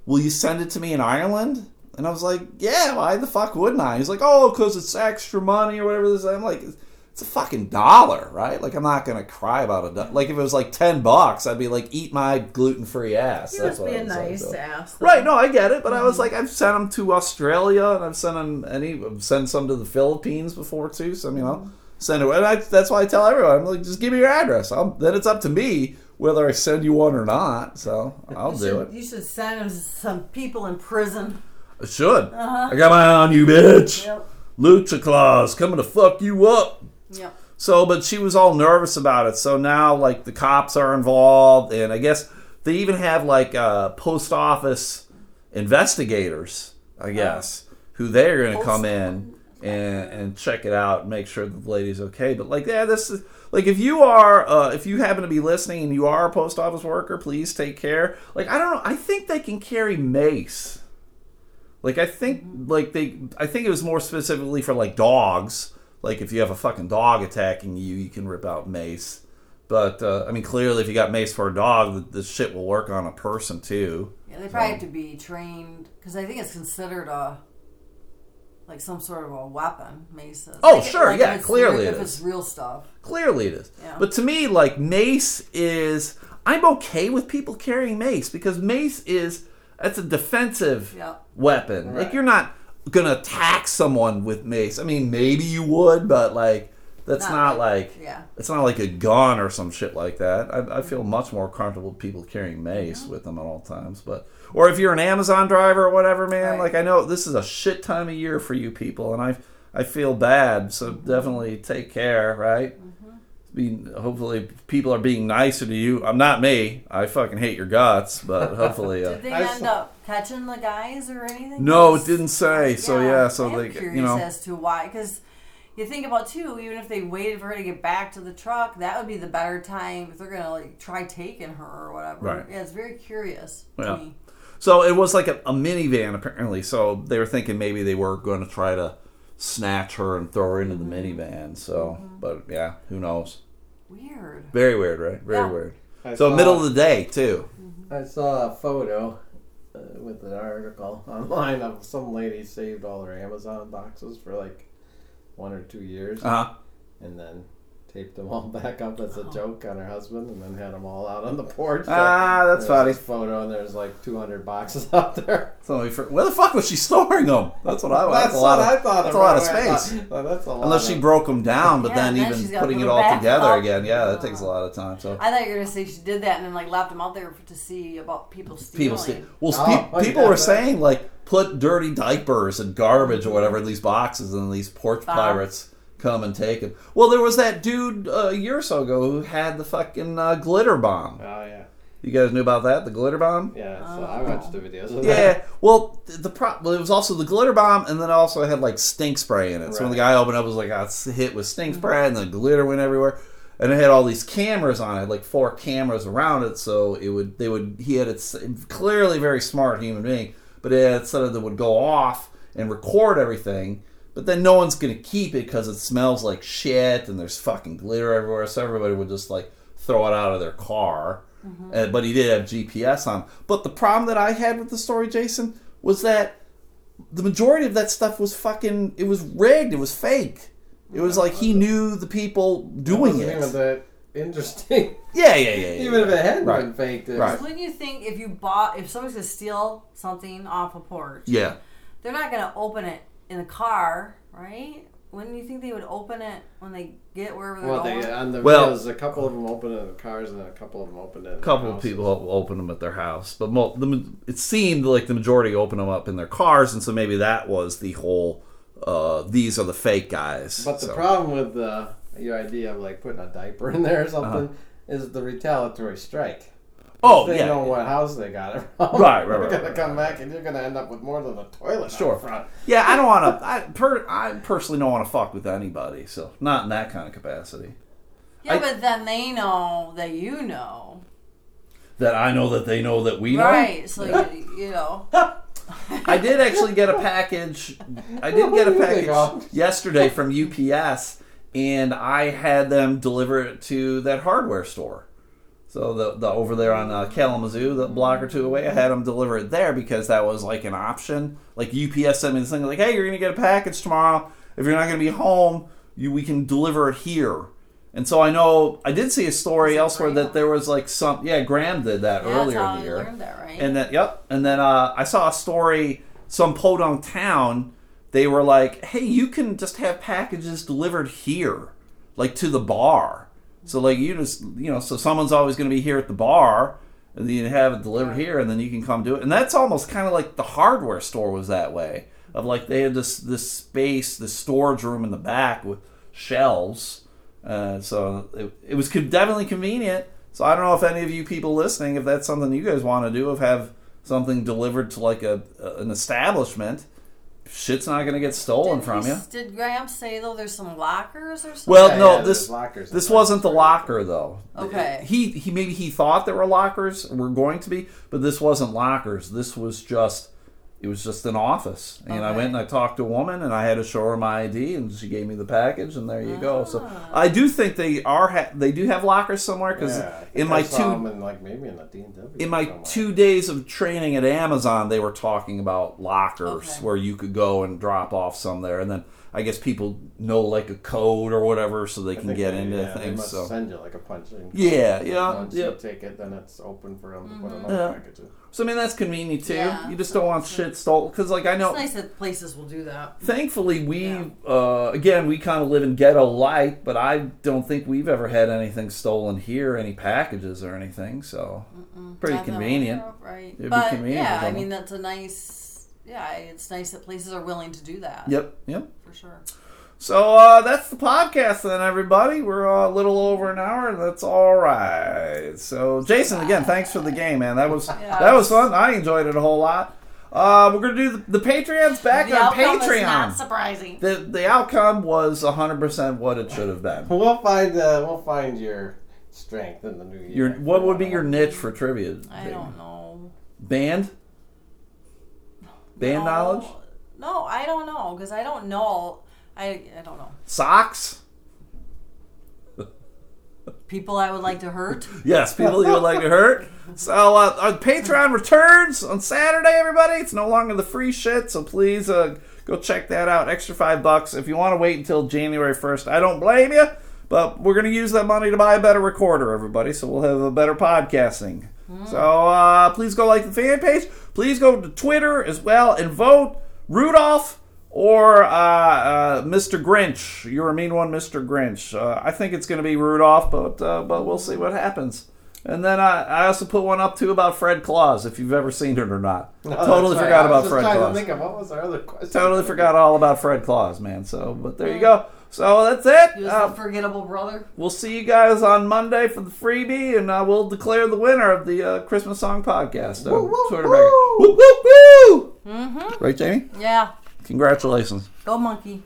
"Will you send it to me in Ireland?" And I was like, "Yeah, why the fuck wouldn't I?" He's like, "Oh, because it's extra money or whatever this." is." I'm like, "It's a fucking dollar, right? Like I'm not gonna cry about it. Like if it was like ten bucks, I'd be like, eat my gluten free ass." You're just being I was like, nice so. to ask. them. Right, no, I get it, but I was like, I've sent them to Australia, and I've sent them any, I've sent some to the Philippines before too. So you know, send it. And I, that's why I tell everyone, I'm like, just give me your address. I'll, then it's up to me whether I send you one or not. So I'll You [LAUGHS] do should, it. you should send him some people in prison. I should. I got my eye on you, bitch. Yep. Lucha Claus coming to fuck you up. Yep. So, but she was all nervous about it. So now, like, the cops are involved, and I guess they even have like uh, post office investigators, I guess, who they're going to come in and and check it out and make sure that the lady's okay. But like, yeah, this is like if you are uh, if you happen to be listening and you are a post office worker, please take care. Like, I don't know, I think they can carry mace. Like I think like they I think it was more specifically for like dogs. Like if you have a fucking dog attacking you, you can rip out mace. But uh, I mean, clearly, if you got mace for a dog, the, the shit will work on a person too. Yeah, they probably have to be trained because I think it's considered a like some sort of a weapon. Mace. is. Oh, Like, sure, like, if yeah, it's clearly real- it if is. it's real stuff. Clearly, it is. Yeah. But to me, like mace is, I'm okay with people carrying mace because mace is that's a defensive Yeah. weapon. Like Right. you're not gonna attack someone with mace. I mean, maybe you would, but like that's Not not like like- yeah. Mm-hmm. it's not like a gun or some shit like that. I, I feel much more comfortable with people carrying mace with them at all times. But or if you're an Amazon driver or whatever, Right. man, like I know this is a shit time of year for you people, and I I feel bad. So Mm-hmm. definitely take care, right? Being, hopefully people are being nicer to you. I'm not me. I fucking hate your [LAUGHS] guts, but hopefully. Uh, Did they I end saw- up catching the guys or anything? no, it Just- didn't say. So yeah, so I'm like curious you know, as to why because. You think about too, even if they waited for her to get back to the truck, that would be the better time if they're gonna like try taking her or whatever. Right. Yeah, it's very curious to Yeah. me. So it was like a, a minivan apparently. So they were thinking maybe they were going to try to snatch her and throw her into the Mm-hmm. minivan. So, but yeah, who knows? Weird. Very weird, right? Very Yeah. Mm-hmm. weird. I So saw- middle of the day too. I saw a photo uh, with an article [LAUGHS] online of some lady saved all her Amazon boxes for like one or two years, Uh huh. and then taped them all [LAUGHS] back up as a joke on her husband, and then had them all out on the porch. Ah, that's There's funny. this Photo and there's like 200 boxes [LAUGHS] out there. So we fir- where the fuck was she storing them? That's what I. That's, That's, a lot what of. I thought. that's of a lot of right away. I space. thought, [LAUGHS] well, that's a lot. Unless she of- broke them down, but Yeah, then and then even she's gotta putting put it 'em all back together up. Oh. again, yeah, that takes a lot of time. So I thought you were gonna say she did that and then like left them out there to see about people stealing. people see, well, Oh, pe- like people that, were right? saying like put dirty diapers and garbage or whatever in these boxes, and these porch Bob. pirates come and take them. Well, there was that dude uh, a year or so ago who had the fucking uh, glitter bomb. Oh yeah, You guys knew about that, the glitter bomb. yeah. So I watched the videos. Of Yeah, well, th- the pro- well, it was also the glitter bomb, and then also had like stink spray in it. So when the guy opened up, it was like I was hit with stink spray, and the glitter went everywhere. And it had all these cameras on it, like four cameras around it. So it would they would he had it clearly very smart human being, but it had something that would go off and record everything. But then no one's gonna keep it because it smells like shit and there's fucking glitter everywhere. So everybody would just like throw it out of their car. Uh, but he did have GPS on. But the problem that I had with the story, Jason, was that the majority of that stuff was fucking. It was rigged. It was fake. It was like he knew the people doing Wasn't even it. that interesting. [LAUGHS] Yeah, yeah, yeah. yeah. Even if it hadn't Right. been faked, it Right. Wouldn't you think if you bought if someone's gonna steal something off a porch, yeah. they're not gonna open it in the car, right? Wouldn't you think they would open it when they get wherever they're Well, going? they uh, on the Well- videos, a couple of them opened it in cars, and a couple of them opened it. In A couple of houses. people o- opened them at their house, but mo- the, ma- it seemed like the majority opened them up in their cars, and so maybe that was the whole uh, these are the fake guys. But the So- problem with the, your idea of like putting a diaper in Uh-huh. there or something is the retaliatory strike. oh they yeah, know what house they got it from. Right, right, [LAUGHS] They're right, gonna right, come back and you're gonna end up with more than a toilet. Sure. Up front. yeah. I don't want to. I per, I personally don't want to fuck with anybody. So not in that kind of capacity. Yeah, I- but then they know that you know. That I know that they know that we know. Right. So you, you know. [LAUGHS] I did actually get a package. I did get a There you go. package yesterday from UPS, and I had them deliver it to that hardware store. So the, the over there on uh, Kalamazoo, the block or two away, I had them deliver it there because that was like an option. Like UPS sent me this thing like, "Hey, you're gonna get a package tomorrow. If you're not gonna be home, you we can deliver it here." And so I know I did see a story elsewhere that there was like some yeah Graham did that Yeah, earlier that's how in the you year. learned that, right? And then, yep. And then uh, I saw a story, some podunk town, they were like, hey, you can just have packages delivered here, like to the bar. So, like, you just, you know, so someone's always going to be here at the bar, and then you have it delivered here, and then you can come do it. And that's almost kind of like the hardware store was that way. Of like, they had this, this space, this storage room in the back with shelves. Uh, so it, it was con- definitely convenient. So I don't know if any of you people listening, if that's something you guys want to do, of have something delivered to like a, a an establishment, shit's not going to get stolen Didn't from he- you. Did Graham say though there's some lockers or something? Well, Yeah, no, yeah, this there's lockers this in there. wasn't the locker though. Okay. He he maybe he thought there were lockers or were going to be, but this wasn't lockers. This was just it was just an office. And I Okay. went and I talked to a woman and I had to show her my ID and she gave me the package and there you go. So Ah. I do think they are ha- they do have lockers somewhere cuz Yeah, I think in I my saw two them in like maybe in a D&W in my somewhere. two days of training at Amazon, they were talking about lockers Okay. where you could go and drop off some there, and then I guess people know like a code or whatever, so they I can think get they- into yeah, They things. must So send you like a punching. yeah, yeah, Once yeah. you take it, then it's open for them to put Yeah. another package in. So I mean, that's convenient too. Yeah. you just don't want shit stolen because, like, I know. It's nice that places will do that. Thankfully, we Yeah. uh, again we kind of live in ghetto light, but I don't think we've ever had anything stolen here, any packages or anything. So pretty Not that I'm convenient. aware of, Right. It'd be but convenient for yeah, I someone. mean that's a nice. Yeah, it's nice that places are willing to do that. Yep, yep. For sure. So uh, that's the podcast, then, everybody. We're uh, a little over an hour, and that's all right. So, Jason, again, thanks for the game, man. [LAUGHS] That was that was fun. I enjoyed it a whole lot. Uh, we're gonna do the, the Patreons back the on outcome is not Patreon. surprising. The the outcome was hundred percent what it should have been. We'll find uh, we'll find your strength in the new year. Your what would be your niche for trivia? I don't know. Band. Band No. knowledge. No, I don't know because I don't know. I I don't know. Socks. People I would like to [LAUGHS] hurt. Yes, people you would like to hurt. So uh, our Patreon returns on Saturday, everybody. It's no longer the free shit, so please uh, go check that out. Extra five bucks if you want to wait until January first. I don't blame you, but we're gonna use that money to buy a better recorder, everybody. So we'll have a better podcasting. So uh, please go like the fan page. Please go to Twitter as well and vote Rudolph or uh, uh, Mr. Grinch. You're a mean one, Mr. Grinch. Uh, I think it's going to be Rudolph, but uh, but we'll see what happens. And then I, I also put one up too about Fred Claus, if you've ever seen it or not. Oh, totally that's right. forgot I was about just Fred trying to Claus. think of what was our other question. Totally forgot all about Fred Claus, man. So, but there you go. So that's He it. was Uh, the forgettable brother. we'll see you guys on Monday for the freebie, and uh, we'll declare the winner of the uh, Christmas song podcast. uh, on Twitter Mm-hmm. Magazine. Woo, woo, woo! Right, Jamie? Yeah. Congratulations. Go monkey.